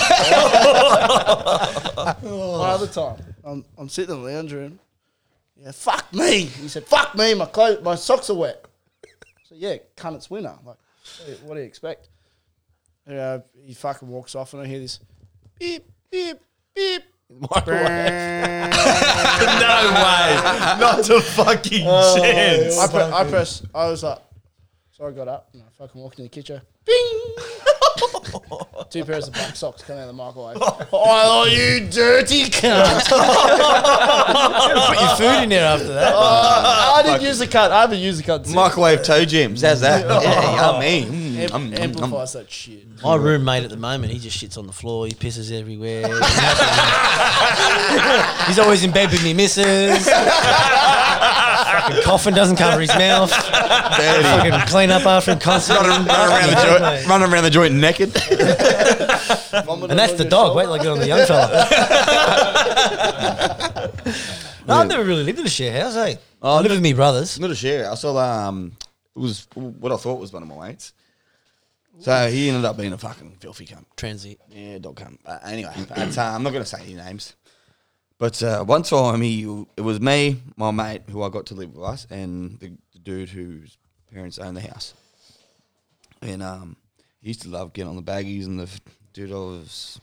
D: One other time, I'm, I'm sitting in the lounge room. Yeah, fuck me. He said, fuck me. My clothes, my socks are wet. So yeah, cunt, it's winter. I'm like, what do you, what do you expect? You know, he fucking walks off, and I hear this beep, beep, beep.
E: [LAUGHS] No way. Not a fucking chance.
D: I, pre- I press. I was like, so So I got up and I fucking walked in the kitchen. Bing! Two pairs of black socks come out of the microwave. oh, you dirty cunt!
B: Put your food in there after that.
D: I didn't use the cut. I haven't used the cut. since.
C: Microwave toe jams. How's that? yeah, yummy. Mm,
D: Am-
C: um, um, um.
D: amplifies that shit.
B: My roommate at the moment, he just shits on the floor. He pisses everywhere. [LAUGHS] He's always in bed with me [LAUGHS] missus. Fucking coffin doesn't cover his mouth.
C: [LAUGHS]
B: Fucking clean up after him constantly.
C: Running around the [LAUGHS] joint, running around the joint naked.
B: And that's the dog. Wait, like on the young [LAUGHS] fella. no, I've never really lived in a share house, eh? I live with me brothers.
C: Not a share. I saw um, it was what I thought was one of my mates. So he ended up being a fucking filthy cunt.
B: Transit.
C: Yeah, dog cunt. But anyway, but, uh, I'm not going to say any names. But uh, one time he, it was me, my mate, who I got to live with us, and the, the dude whose parents owned the house. And um, he used to love getting on the baggies and the f- dude I was.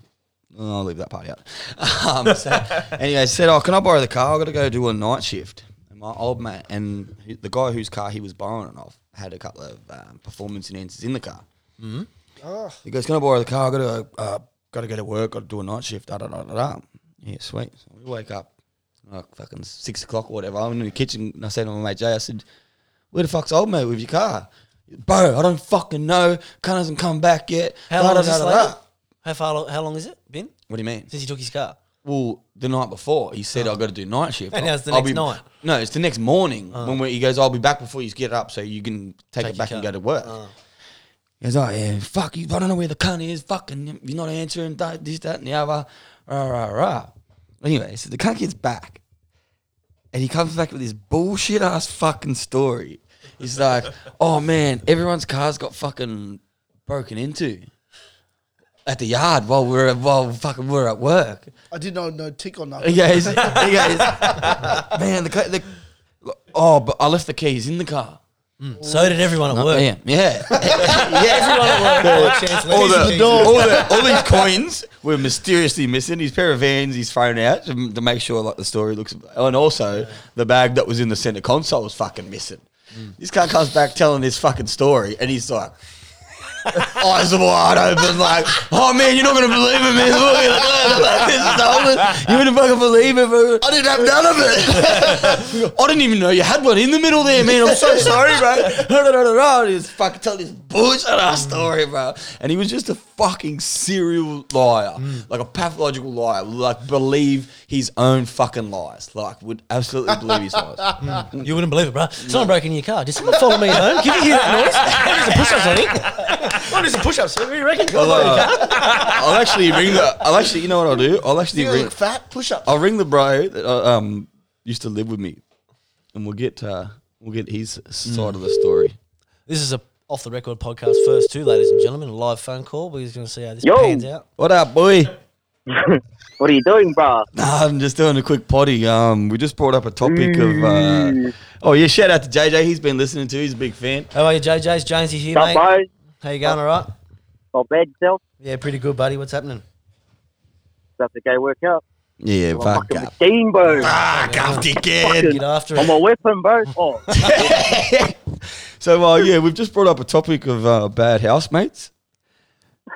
C: oh, I'll leave that part out. [LAUGHS] Um, so anyway, said, "Oh, can I borrow the car? I got to go do a night shift." And my old mate and he- the guy whose car he was borrowing it off had a couple of um, performance enhancers in the car.
B: Mm-hmm.
C: He goes, "Can I borrow the car? I gotta, uh, gotta go to work. Gotta do a night shift." Da da da da. da. Yeah, sweet. So we wake up, like fucking six o'clock or whatever. I'm in the kitchen and I said to my mate Jay, I said, "Where the fuck's old mate with your car, bro? I don't fucking know. Car hasn't come back yet."
B: How
C: Da,
B: long
C: da,
B: is this
C: da, da,
B: later?
C: da.
B: How far? How long is it been
C: What do you mean?
B: since he took his car?
C: Well, the night before he said, "I got to do night shift."
B: Oh. And now it's the
C: I'll
B: next
C: be-
B: night. Uh.
C: No, it's the next morning when we, he goes, "I'll be back before you get up, so you can
B: Take
C: take, it
B: your
C: back and
B: car. Uh.
C: go to work." He goes, oh yeah, fuck you. I don't know where the cunt is. Fucking, you're not answering that, this, that, and the other. Rah, rah, rah. Anyway, so the cunt gets back, and he comes back with this bullshit ass fucking story. He's like, [LAUGHS] oh man, everyone's car's got fucking broken into at the yard while we're while fucking we're at work.
D: I did not know tick or nothing.
C: He goes, he goes, man, the, cu- the oh, but I left the keys in the car.
B: So did everyone at work.
C: Yeah, [LAUGHS] yeah.
B: Everyone at work. had a chance
C: all,
B: left.
C: the, all, the, all these coins were mysteriously missing. His pair of vans he's thrown out to, to make sure like the story looks. And also the bag that was in the center console was fucking missing. This guy comes back telling this fucking story, and he's like. [LAUGHS] Eyes wide open, like, oh man, you're not gonna believe it, man. Look at that. Like, this is over. You wouldn't fucking believe it. bro. I didn't have none of it. [LAUGHS] I didn't even know you had one in the middle there, man. I'm so sorry, bro. [LAUGHS] And he was fucking telling this bullshit ass story, bro. And he was just a fucking serial liar, like a pathological liar. Like, believe his own fucking lies. Like, would absolutely believe his lies.
B: You wouldn't believe it, bro. Someone broke into your car. Did someone follow me at home? Can you hear that noise? What is the push-ups, I think? What is the push-ups? What do you reckon?
C: I'll, uh, I'll actually ring the. I'll actually, you know what I'll do? I'll actually
D: You
C: ring.
D: look fat. Push up.
C: I'll ring the bro that uh, um used to live with me, and we'll get uh, we'll get his side of the story.
B: This is a off the record podcast first too, ladies and gentlemen. A live phone call. We're just gonna see how this
G: Yo.
B: pans out.
C: What up, boy?
G: What are you doing, bro?
C: Nah, [LAUGHS] I'm just doing a quick potty. Um, we just brought up a topic
G: Mm.
C: of. Uh, oh yeah, shout out to JJ. He's been listening to. He's a big fan.
B: How are you, JJ's Jonesy here,
G: Stop
B: mate?
G: by,
B: How you going, all right?
G: not bad self.
B: Yeah, pretty good, buddy. What's happening?
G: Stuff to go work out.
C: Yeah,
G: I'm a
C: fuck
G: fucking
C: up.
G: machine, bro.
E: Ah,
C: Fuck up, dickhead.
B: Get after
G: I'm
B: it.
G: a weapon, bro.
C: [LAUGHS]
G: Oh, [LAUGHS]
C: So uh, yeah, we've just brought up a topic of uh, bad housemates.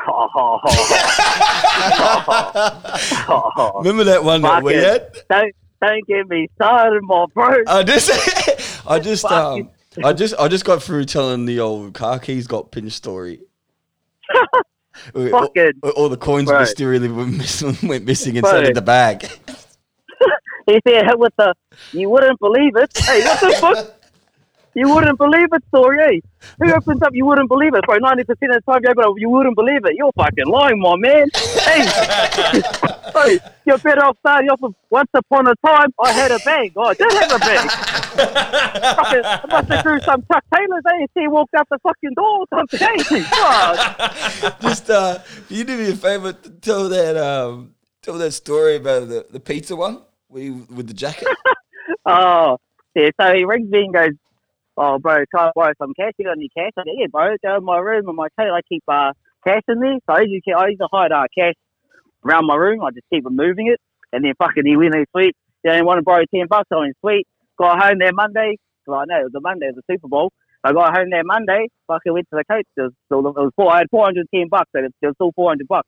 G: oh, oh, oh, oh.
C: Remember that one that
G: Fuck
C: we
G: it.
C: had?
G: Don't don't get me started, my bro.
C: I just, [LAUGHS] I just, um, I just, I just got through telling the old car keys got pinched
G: [LAUGHS]
C: story. Where all,
G: Fucking-
C: where all the coins
G: Right.
C: mysteriously [LAUGHS] went missing, went missing and so did
G: Right.
C: the bag.
G: He said "Hey, with the you wouldn't believe it. Hey, what the fuck? You wouldn't believe it, story. eh? Who opens up? You wouldn't believe it. Bro, ninety percent of the time you open up, you wouldn't believe it. You're fucking lying, my man. Hey, bro, you're better off starting off with once upon a time I had a bag. Oh, I did have a bag. fucking, I must have threw some Chuck Taylors. Eh? He walked out the fucking door or something. eh? God.
C: just, uh, you do me a favor, t- tell that, um, tell that story about the, the pizza one where you, with the jacket.
G: Oh, yeah. So he rings me and goes, "Oh, bro, can I borrow some cash? You got any cash?" I go, "Yeah, bro. Go in my room and my table. I keep uh, cash in there. So I usually keep, I used to hide uh, cash around my room. I just keep removing it, and then fucking he went in sweet. They didn't want to borrow ten bucks. I went sweet. Got home that Monday. Well, I know it was a Monday. It was a Super Bowl. I got home that Monday, fucking went to the coach. It was, still, it was four, I had 410 bucks, and it was still 400 bucks.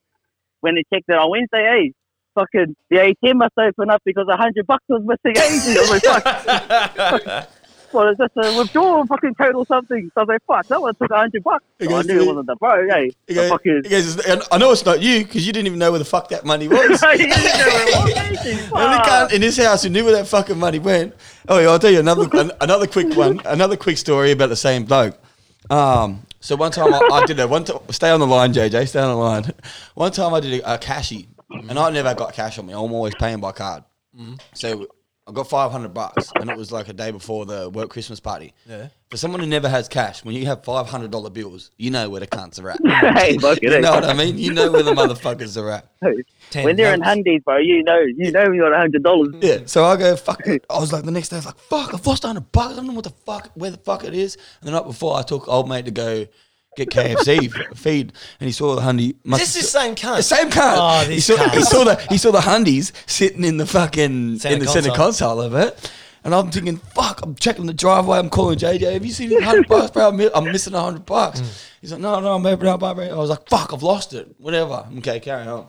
G: When they checked it on Wednesday, hey, fucking the ATM must open up because 100 bucks was missing. [LAUGHS] Hey, I was like, fuck.
C: [LAUGHS]
G: Well, is this a withdrawal fucking code or something? So I was like, fuck, someone took 100 bucks. So I
C: goes
G: knew
C: to-
G: it wasn't the bro, hey.
C: He
G: the
C: goes,
G: fucking.
C: he goes, I know it's not you because you didn't even know where the fuck that money was.
G: [LAUGHS] He didn't know where it was, did he?
C: The only
G: Fuck.
C: cunt in this house who knew where that fucking money went. Oh, yeah, I'll tell you another an- another quick one, another quick story about the same bloke. Um, so one time I, I did a one. T- stay on the line, JJ. Stay on the line. One time I did a, a cashy, and I never got cash on me. I'm always paying by card. So I got five hundred bucks, and it was like a day before the work Christmas party. Yeah. For someone who never has cash, when you have five hundred dollar bills, you know where the cunts [LAUGHS] are at.
G: hey, fuck it,
C: you
G: hey.
C: know what I mean? You know where the motherfuckers are at.
G: When they're in Hundies, bro, you know, you know, you got $100.
C: Yeah.
B: Mm-hmm.
C: So I go, fuck. it. I was like, the next day, I was like, fuck, I've lost 100 bucks. I don't know what the fuck, where the fuck it is. And the night before, I took old mate to go get KFC for [LAUGHS] feed, and he saw the hundy. must-
B: This is the same cunt.
C: The same cunt.
B: Oh,
C: he,
B: these
C: saw, he
B: cunts.
C: saw the he saw the hundies sitting in the fucking
B: Center
C: in the center
B: console.
C: console of it. And I'm thinking, fuck, I'm checking the driveway. I'm calling JJ. Have you seen
G: [LAUGHS]
C: 100 bucks, bro? I'm, mi- I'm missing 100 bucks.
B: Hmm.
C: He's like, no, no, I'm opening up. I'm opening up." I was like, fuck, I've lost it. Whatever. Okay, carry on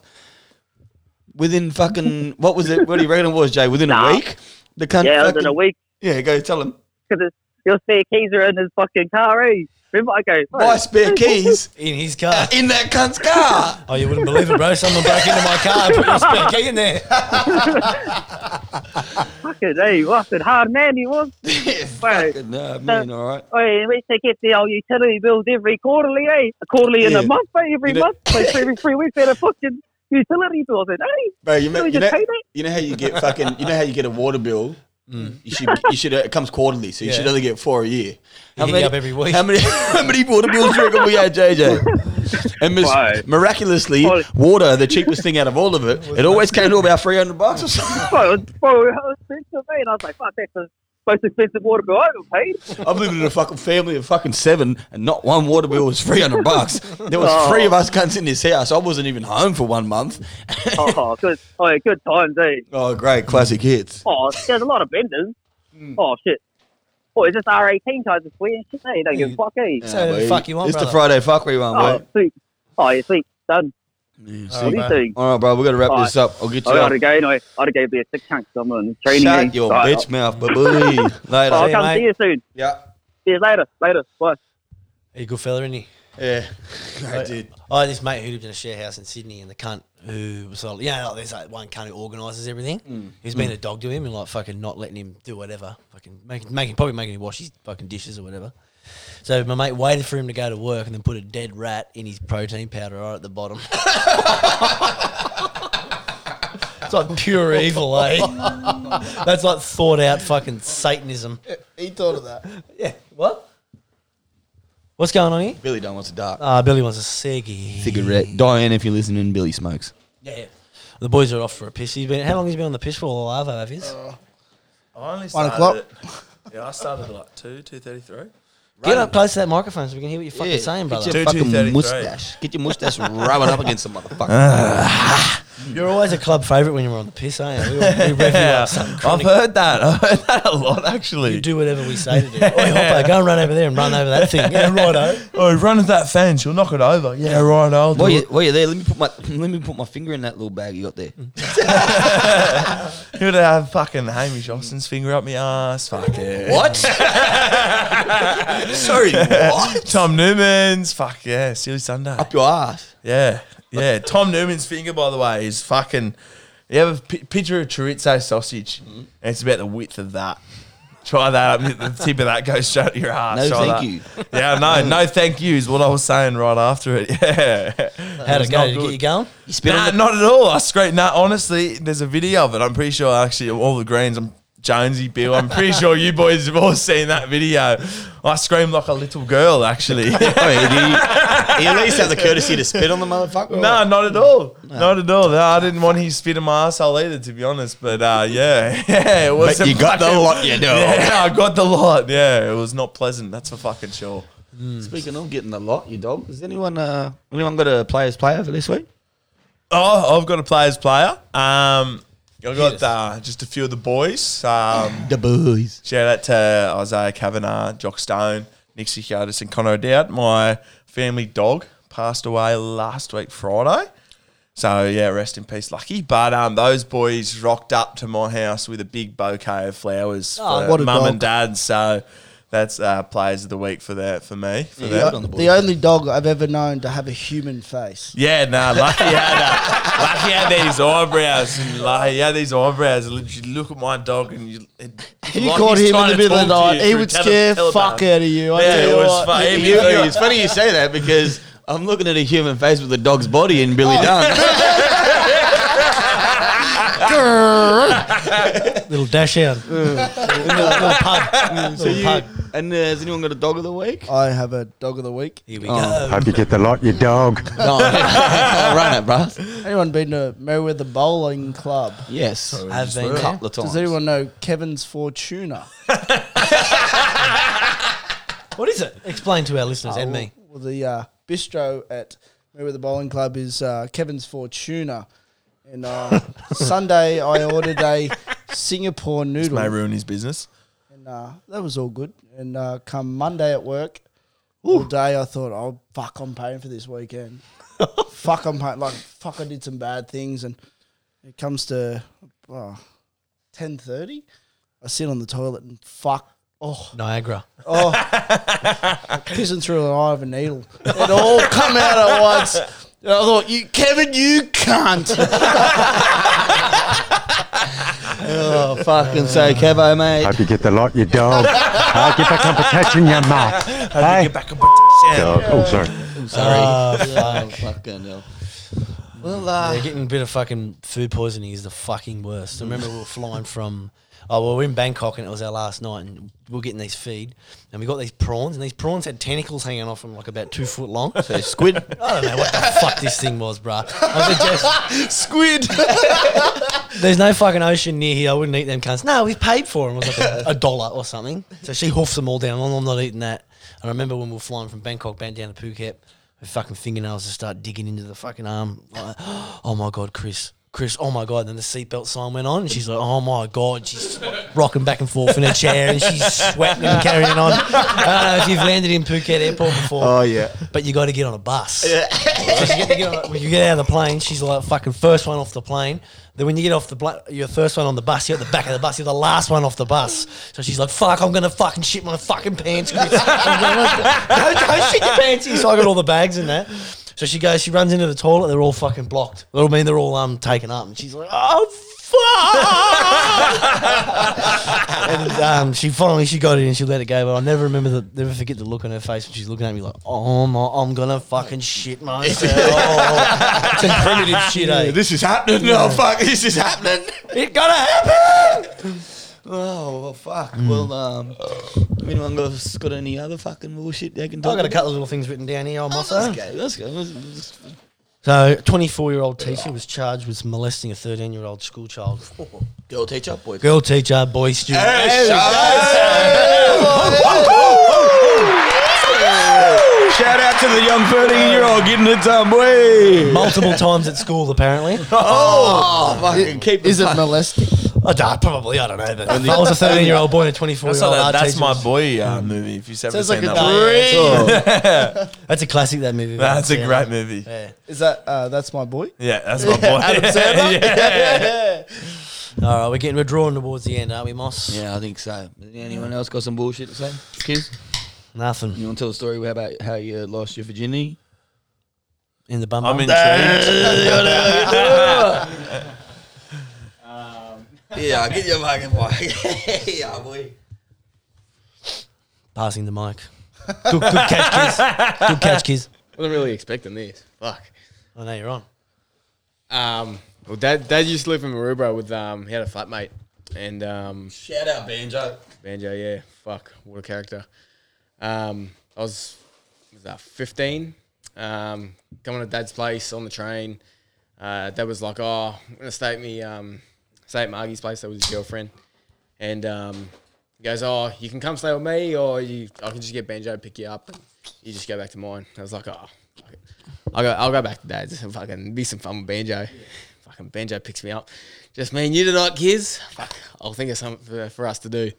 C: within fucking what was it? What do you reckon it was, Jay? Within
G: Nah.
C: a week, the cunt.
G: Yeah, it was in
C: fucking-
G: a week
C: Yeah, go tell him.
G: because your spare keys are in his fucking car, eh? Remember, I go, bro,
C: My
G: [LAUGHS]
C: spare keys
B: in his car.
C: in that cunt's car. [LAUGHS]
B: Oh, you wouldn't believe it, bro. Someone broke into my car and put a spare key in
C: [LAUGHS]
B: there.
G: fucking, hey, eh? what a hard man
C: [LAUGHS]
G: he was.
C: yeah,
G: Bro.
C: fucking, nah,
G: Uh,
C: man, all right.
G: Hey, at least they get the old utility bills every quarterly, eh? A quarterly in a
C: Yeah.
G: month, eh? Every
C: You know-
G: month, like every three weeks, they had a fucking utility bill. eh? I said, hey,
C: Bro, you, ma-
G: we
C: you,
G: just
C: know,
G: pay that?
C: you know how you get fucking. You know how you get a water bill. You should. You should. It comes quarterly, so you
B: Mm. Yeah.
C: should only get four a year. How
B: You get up every week.
C: How many? [LAUGHS] How many water bills do you reckon we had,
B: [LAUGHS]
C: JJ? And mis-
G: Bro.
C: miraculously,
G: Holy-
C: water, the cheapest thing out of all of it, it always
B: [LAUGHS]
C: came to about three hundred bucks or something.
G: bro, it was- bro, it was expensive, eh? And I was like, fuck, that's the most expensive water bill I ever paid.
C: I've lived in a fucking family of fucking seven, and not one water bill was three hundred bucks. There was
G: Oh.
C: three of us cunts in this house. I wasn't even home for one month.
G: oh, good, oh, yeah, good times, eh?
C: Oh, great classic hits.
G: Oh, there's a lot of benders. Oh, shit. Oh, is this R18 guys? It's weird shit, eh? Don't give a fuck, eh?
B: So the fuck you want,
C: It's
B: brother.
C: the Friday fuckery one,
G: Oh,
C: mate.
G: sweet. Oh, yeah, sweet. Done.
C: See?
G: Uh, What do you think?
C: All right, bro, we got to wrap
G: All
C: this up. I'll get you.
G: I
C: up.
G: gotta go. Anyway, I gotta go be a sick chunk. So I'm on training.
C: Shut
G: eh?
C: your
G: Right,
C: bitch mouth,
G: [LAUGHS]
C: baby.
G: I'll, I'll
C: Later.
G: come
B: mate.
G: see you soon.
C: Yeah.
G: See you later. Later. Bye.
B: He a good fella, isn't he?
C: Yeah. Great dude.
B: I had this mate who lived in a share house in Sydney, and the cunt who was like, you know, like, there's like one cunt who organises everything. He's been a dog to him and like fucking not letting him do whatever, fucking making, making probably making him wash his fucking dishes or whatever. So my mate waited for him to go to work and then put a dead rat in his protein powder right at the [LAUGHS] bottom. it's like pure evil, [LAUGHS] eh? That's like thought out fucking Satanism.
F: He thought of that.
B: Yeah. What? What's going on here?
C: Billy don't want to dark.
B: Ah, Billy wants a ciggy.
C: Cigarette. Diane, if you're listening, Billy smokes.
B: Yeah, yeah. The boys are off for a piss. He's been how long has he been on the piss for? Lavo, have you?
E: I only started
D: One o'clock.
E: at- yeah, I started at like two, two thirty three.
B: Get up close to that microphone so we can hear what you're fucking saying, brother.
C: Get your
E: Two, two,
C: fucking
E: thirty-three.
C: mustache. Get your mustache rubbing up against the motherfucker.
B: You're always a club favourite when you're on the piss, aren't you? We, we rev you up something
E: I've
B: chronic.
E: heard that. [LAUGHS] I've heard that a lot actually.
B: You do whatever we say
E: [LAUGHS]
B: to do. Oi, Hopper, go and run over there and run over that thing. Yeah, righto.
E: Oh, run at that fence. You'll knock it over. Yeah, right. I'll do
C: While you,
E: it.
C: while you're there, let me put my [LAUGHS] let me put my finger in that little bag you got there.
E: You'd have fucking Hamish Austin's finger up my ass. Fuck it.
C: What? [LAUGHS] Sorry, what?
E: Tom Newman's. Fuck yeah. Silly Sunday.
C: [LAUGHS] Up your ass.
E: Yeah. Yeah. Tom Newman's finger, by the way, is fucking. You have a pi picture of chorizo sausage, and it's about the width of that. Try that up. The tip of that goes straight to your ass.
C: No,
E: Try
C: thank
E: that.
C: you.
E: Yeah, no, no, thank you is what I was saying right after it. [LAUGHS] Yeah.
B: How'd it go?
E: not
B: Did it get
E: good.
B: you going?
C: You spit
E: Nah,
C: on the.
E: not at all. I straight. Nah, honestly, there's a video of it. I'm pretty sure actually of all the greens. I'm Jonesy Bill. I'm pretty sure you boys have all seen that video. I screamed like a little girl. Actually, [LAUGHS]
C: Wait, do [LAUGHS] you, you at least have the courtesy to spit on the
D: Oh,
C: motherfucker.
E: No, not at all. Not at all. No, I didn't want his spit in my asshole either, to be honest. But uh, yeah, [LAUGHS] yeah, it was.
C: But
E: a
C: you got the
E: fucking-
C: lot, you know.
E: [LAUGHS] Yeah, I got the lot. Yeah, it was not pleasant. That's for fucking sure.
C: Speaking of getting the lot, you dog. Has anyone uh anyone got a players player for this week?
E: Oh, I've got a player's player. Um, I got uh, just a few of the boys. Um,
C: The boys.
E: shout out to Isaiah Kavanagh, Jock Stone, Nick Sikiatis and Connor Dowd. My family dog passed away last week, Friday. So yeah, rest in peace, Lucky. But um, those boys rocked up to my house with a big bouquet of flowers for
D: Oh, what a
E: mum
D: dog.
E: and dad. So that's uh, players of the week for that for me. For
C: Yeah.
E: that.
C: on the board.
D: the only dog I've ever known to have a human face.
E: Yeah, nah, Lucky had uh, Lucky had these eyebrows. and Lucky had these eyebrows. You look at my dog and you.
D: You caught him in the middle of the night. He would scare fuck out of you. I
E: Oh, Yeah,
D: tell
E: it
D: you
E: was
D: what.
E: fu-
C: You-
E: he-
C: you- it's funny you say that because I'm looking at a human face with a dog's body and Billy [LAUGHS] Dunn.
B: Little dash out. little, little pug. Little pug.
C: and uh, has anyone got a dog of the week?
D: I have a dog of the week.
B: Here we
H: Hope you get the lot, you dog.
C: No, I'll run it, bruh.
D: Anyone been to Merriweather Bowling Club?
C: Yes,
B: go. Have been
C: a
B: there.
C: couple of times.
D: Does anyone know Kevin's Fortuna?
B: What is it? Explain to our listeners and me.
D: Well, the uh, bistro at Merriweather Bowling Club is uh, Kevin's Fortuna. And
C: [LAUGHS]
D: uh, Sunday, I ordered a Singapore noodle.
E: May ruin his business.
D: And uh, that was all good. And uh, come Monday at work, all day I thought, oh fuck, I'm paying for
C: [LAUGHS]
D: this weekend. fuck, I'm paying. Like fuck, I did some bad things. And it comes to oh, ten thirty. I sit on the toilet and fuck. Oh,
B: Niagara.
D: oh, pissing through an eye of a needle. It all come out at once. And I thought, you, Kevin, you cunt.
C: [LAUGHS] Oh, fucking so, Kevo, mate.
H: Hope you get the lot, you [LAUGHS] Uh, dog. I'll get back on protection, you mutt. Hey,
E: Get back up. with
H: dog. Oh, sorry.
C: Sorry.
B: Oh,
C: Oh, fucking hell.
B: Well, uh, yeah, getting a bit of fucking food poisoning is the fucking worst. I remember we were flying from, oh, well, we were in Bangkok and it was our last night and we were getting these feed and we got these prawns and these prawns had tentacles hanging off them like about two foot long.
C: So, squid.
B: I don't know what the fuck this thing was, bruh. I was
C: [LAUGHS]
B: like,
C: squid.
B: "Jess, there's no fucking ocean near here. I wouldn't eat them cunts. No, we paid for them. It was like a, a dollar or something. So she hoofs them all down. "Oh, I'm not eating that. And I remember when we were flying from Bangkok back down to Phuket, her fucking fingernails just start digging into the fucking arm. Like, [GASPS] oh my God, Chris. Chris, oh my God. And then the seatbelt sign went on and she's like, oh my God. She's rocking back and forth in her chair and she's sweating and carrying on. I don't know if you've landed in Phuket airport before.
C: Oh, yeah.
B: But you got to get on a bus. [LAUGHS] So you get- you get on- when you get out of the plane, she's like fucking first one off the plane. Then when you get off the bla- you're the first one on the bus. You're at the back of the bus. You're the last one off the bus. So she's like, "Fuck, I'm gonna fucking shit my fucking pants." Chris. [LAUGHS] I'm gonna- Don't don't shit your pants. So I got all the bags and that. So she goes, she runs into the toilet. They're all fucking blocked. I mean, they're all um taken up, and she's like, "Oh fuck." and um, she finally she got it and she let it go. But I never remember the never forget the look on her face when she's looking at me like, oh my, I'm gonna fucking shit
E: [LAUGHS]
B: myself. it's a primitive shit, eh?
C: This is happening. [LAUGHS] No, fuck, this is happening.
B: it gotta happen.
C: Oh, well, fuck. Well, um, anyone got, got any other fucking bullshit they can
B: I
C: talk
B: got a
C: about?
B: couple of little things written down here on my phone.
C: Let's go. Let's go. Let's, let's,
B: So, 24 year old teacher was charged with molesting a 13 year old school child.
C: girl, teach up, boy.
B: Girl teacher, boy student.
C: Shout out to the young 13 year old getting it done, boy.
B: Multiple times at school, apparently.
C: Oh, fucking keep
D: Is it molesting?
B: I don't, probably, I don't know. But if I was a 13 year old boy and a 24
E: That's,
B: year old
E: like-
B: art
E: that's
B: teacher.
E: my
B: was-
E: boy uh, movie. If you've ever
D: Sounds
E: seen
D: like a
E: that,
D: dream.
E: one.
B: [LAUGHS] That's a classic, that movie.
E: that's a
B: Yeah.
E: great movie.
B: Yeah.
D: Is that uh, that's my boy?
E: Yeah, that's my boy.
D: Adam Sandler?
E: [LAUGHS] yeah.
B: All right, we're getting we're drawing towards the end, aren't we, Moss?
C: Yeah, I think so. Anyone else got some bullshit to say? Kiz, you
B: Nothing
C: want to tell a story about how you lost your virginity?
B: in the bum.
E: I'm
B: bum?
E: intrigued.
C: Yeah, I'll get your fucking mic. yeah, boy.
B: passing the mic. Good, good catch, kids. Good catch, kids.
I: I wasn't really expecting this. Fuck.
B: I know you're on.
I: Um, well, dad, dad used to live in Maroubra with um, he had a flatmate and um,
C: Shout out, Banjo.
I: Banjo, yeah, fuck, what a character. Um, I was, was that 15? Um, going to dad's place on the train. Uh, dad was like, oh, I'm going to stay at me, um, stay at Margie's place. That was his girlfriend. And um, he goes, oh, you can come stay with me or you, I can just get Banjo to pick you up. And you just go back to mine. I was like, oh, fuck it. I'll go, I'll go back to dad's and fucking be some fun with Banjo. Fucking Banjo picks me up. Just me and you tonight, kids. Fuck, I'll think of something for, for us to do.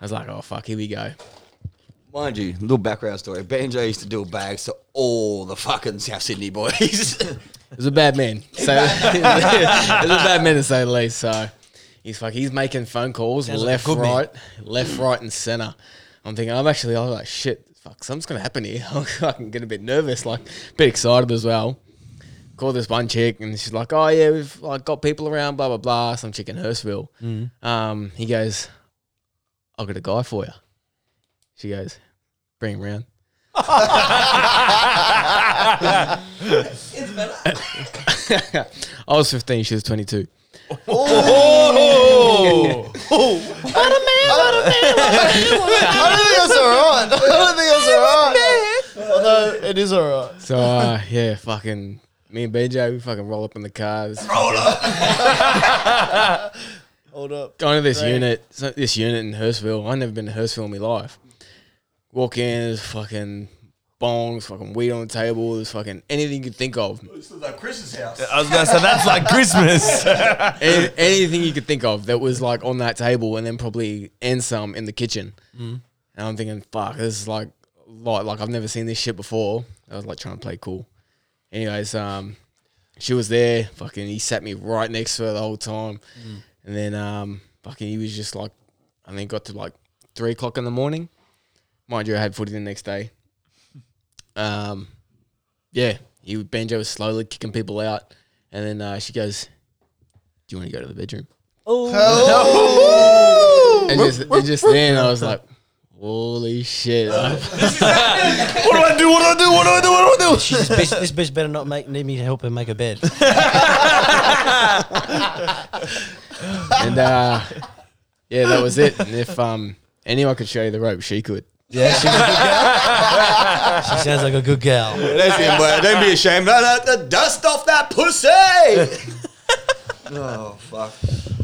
I: I was like, oh fuck, here we go.
C: Mind you, little background story. Banjo used to deal bags to all the fucking South Sydney boys. [LAUGHS]
I: was a bad man. So it was a [LAUGHS] bad man to say the least. So he's like he's making phone calls
B: Sounds like a
I: left,
B: good man.
I: right, left, right, and center. I'm thinking I'm actually I'm like shit. Fuck, something's gonna happen here. [LAUGHS] I'm fucking getting a bit nervous, like a bit excited as well. Call this one chick and she's like, "Oh yeah, we've like got people around, blah blah blah." Some chick in Hurstville.
B: Mm.
I: Um, he goes, "I've got a guy for you." She goes, "Bring him round." [LAUGHS] I was 15, she was 22.
C: I don't think that's all right. I don't think that's all right.
F: It is all right.
I: So, uh, yeah, fucking me and BJ, we fucking roll up in the cars.
F: [LAUGHS] Hold up.
I: Going to this unit, so this unit in Hurstville. I've never been to Hurstville in my life. Walk in, there's fucking bongs, fucking weed on the table, there's fucking anything you could think of.
E: I was gonna say that's like Christmas.
I: [LAUGHS] Any- anything you could think of that was like on that table and then probably and some in the kitchen. And I'm thinking, fuck, this is like like like I've never seen this shit before. I was like trying to play cool. Anyways, um she was there, fucking he sat me right next to her the whole time. And then um fucking he was just like I think got to like three o'clock in the morning. Mind you, I had footy the next day. Um yeah, he Banjo was slowly kicking people out. And then uh, she goes, do you want to go to the bedroom? [LAUGHS] Oh. and just, and just then I was like, holy shit.
E: what do I do? What do I do? What do I do? What do I do?
B: She's bitch, this bitch better not make need me to help her make her bed.
I: and uh, yeah, that was it. And if um, anyone could show you the rope, she could.
B: Yeah, she's a good girl. she sounds like a good girl.
C: That's it, boy. Don't be ashamed. Uh, uh, Dust off that pussy. oh fuck.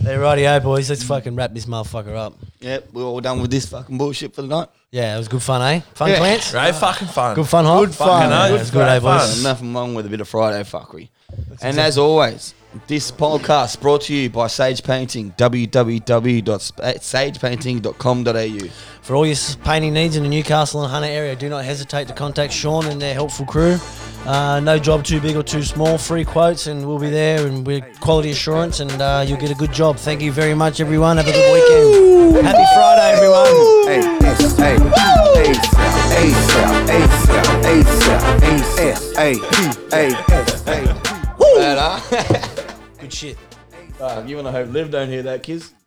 B: Hey, rightio, boys. Let's fucking wrap this motherfucker up.
C: Yep, we're all done with this fucking bullshit for the night.
B: Yeah, it was good fun, eh? Fun, Clance?
E: [LAUGHS] Right, fucking fun.
B: Good fun, huh? Good
E: fun, eh?
B: Yeah, it was good,
E: Great
B: eh, boys?
E: fun.
C: Nothing wrong with a bit of Friday fuckery. and as always, this podcast brought to you by Sage Painting, www.sagepainting.com.au.
B: For all your s- painting needs in the Newcastle and Hunter area, do not hesitate to contact Sean and their helpful crew. Uh, no job too big or too small. Free quotes, and we'll be there. And we're quality assurance, and uh, you'll get a good job. Thank you very much, everyone. Have a good weekend. Happy Friday, everyone.
C: That, uh,
B: Good shit.
C: uh, you want to hope Liv don't hear that, kids?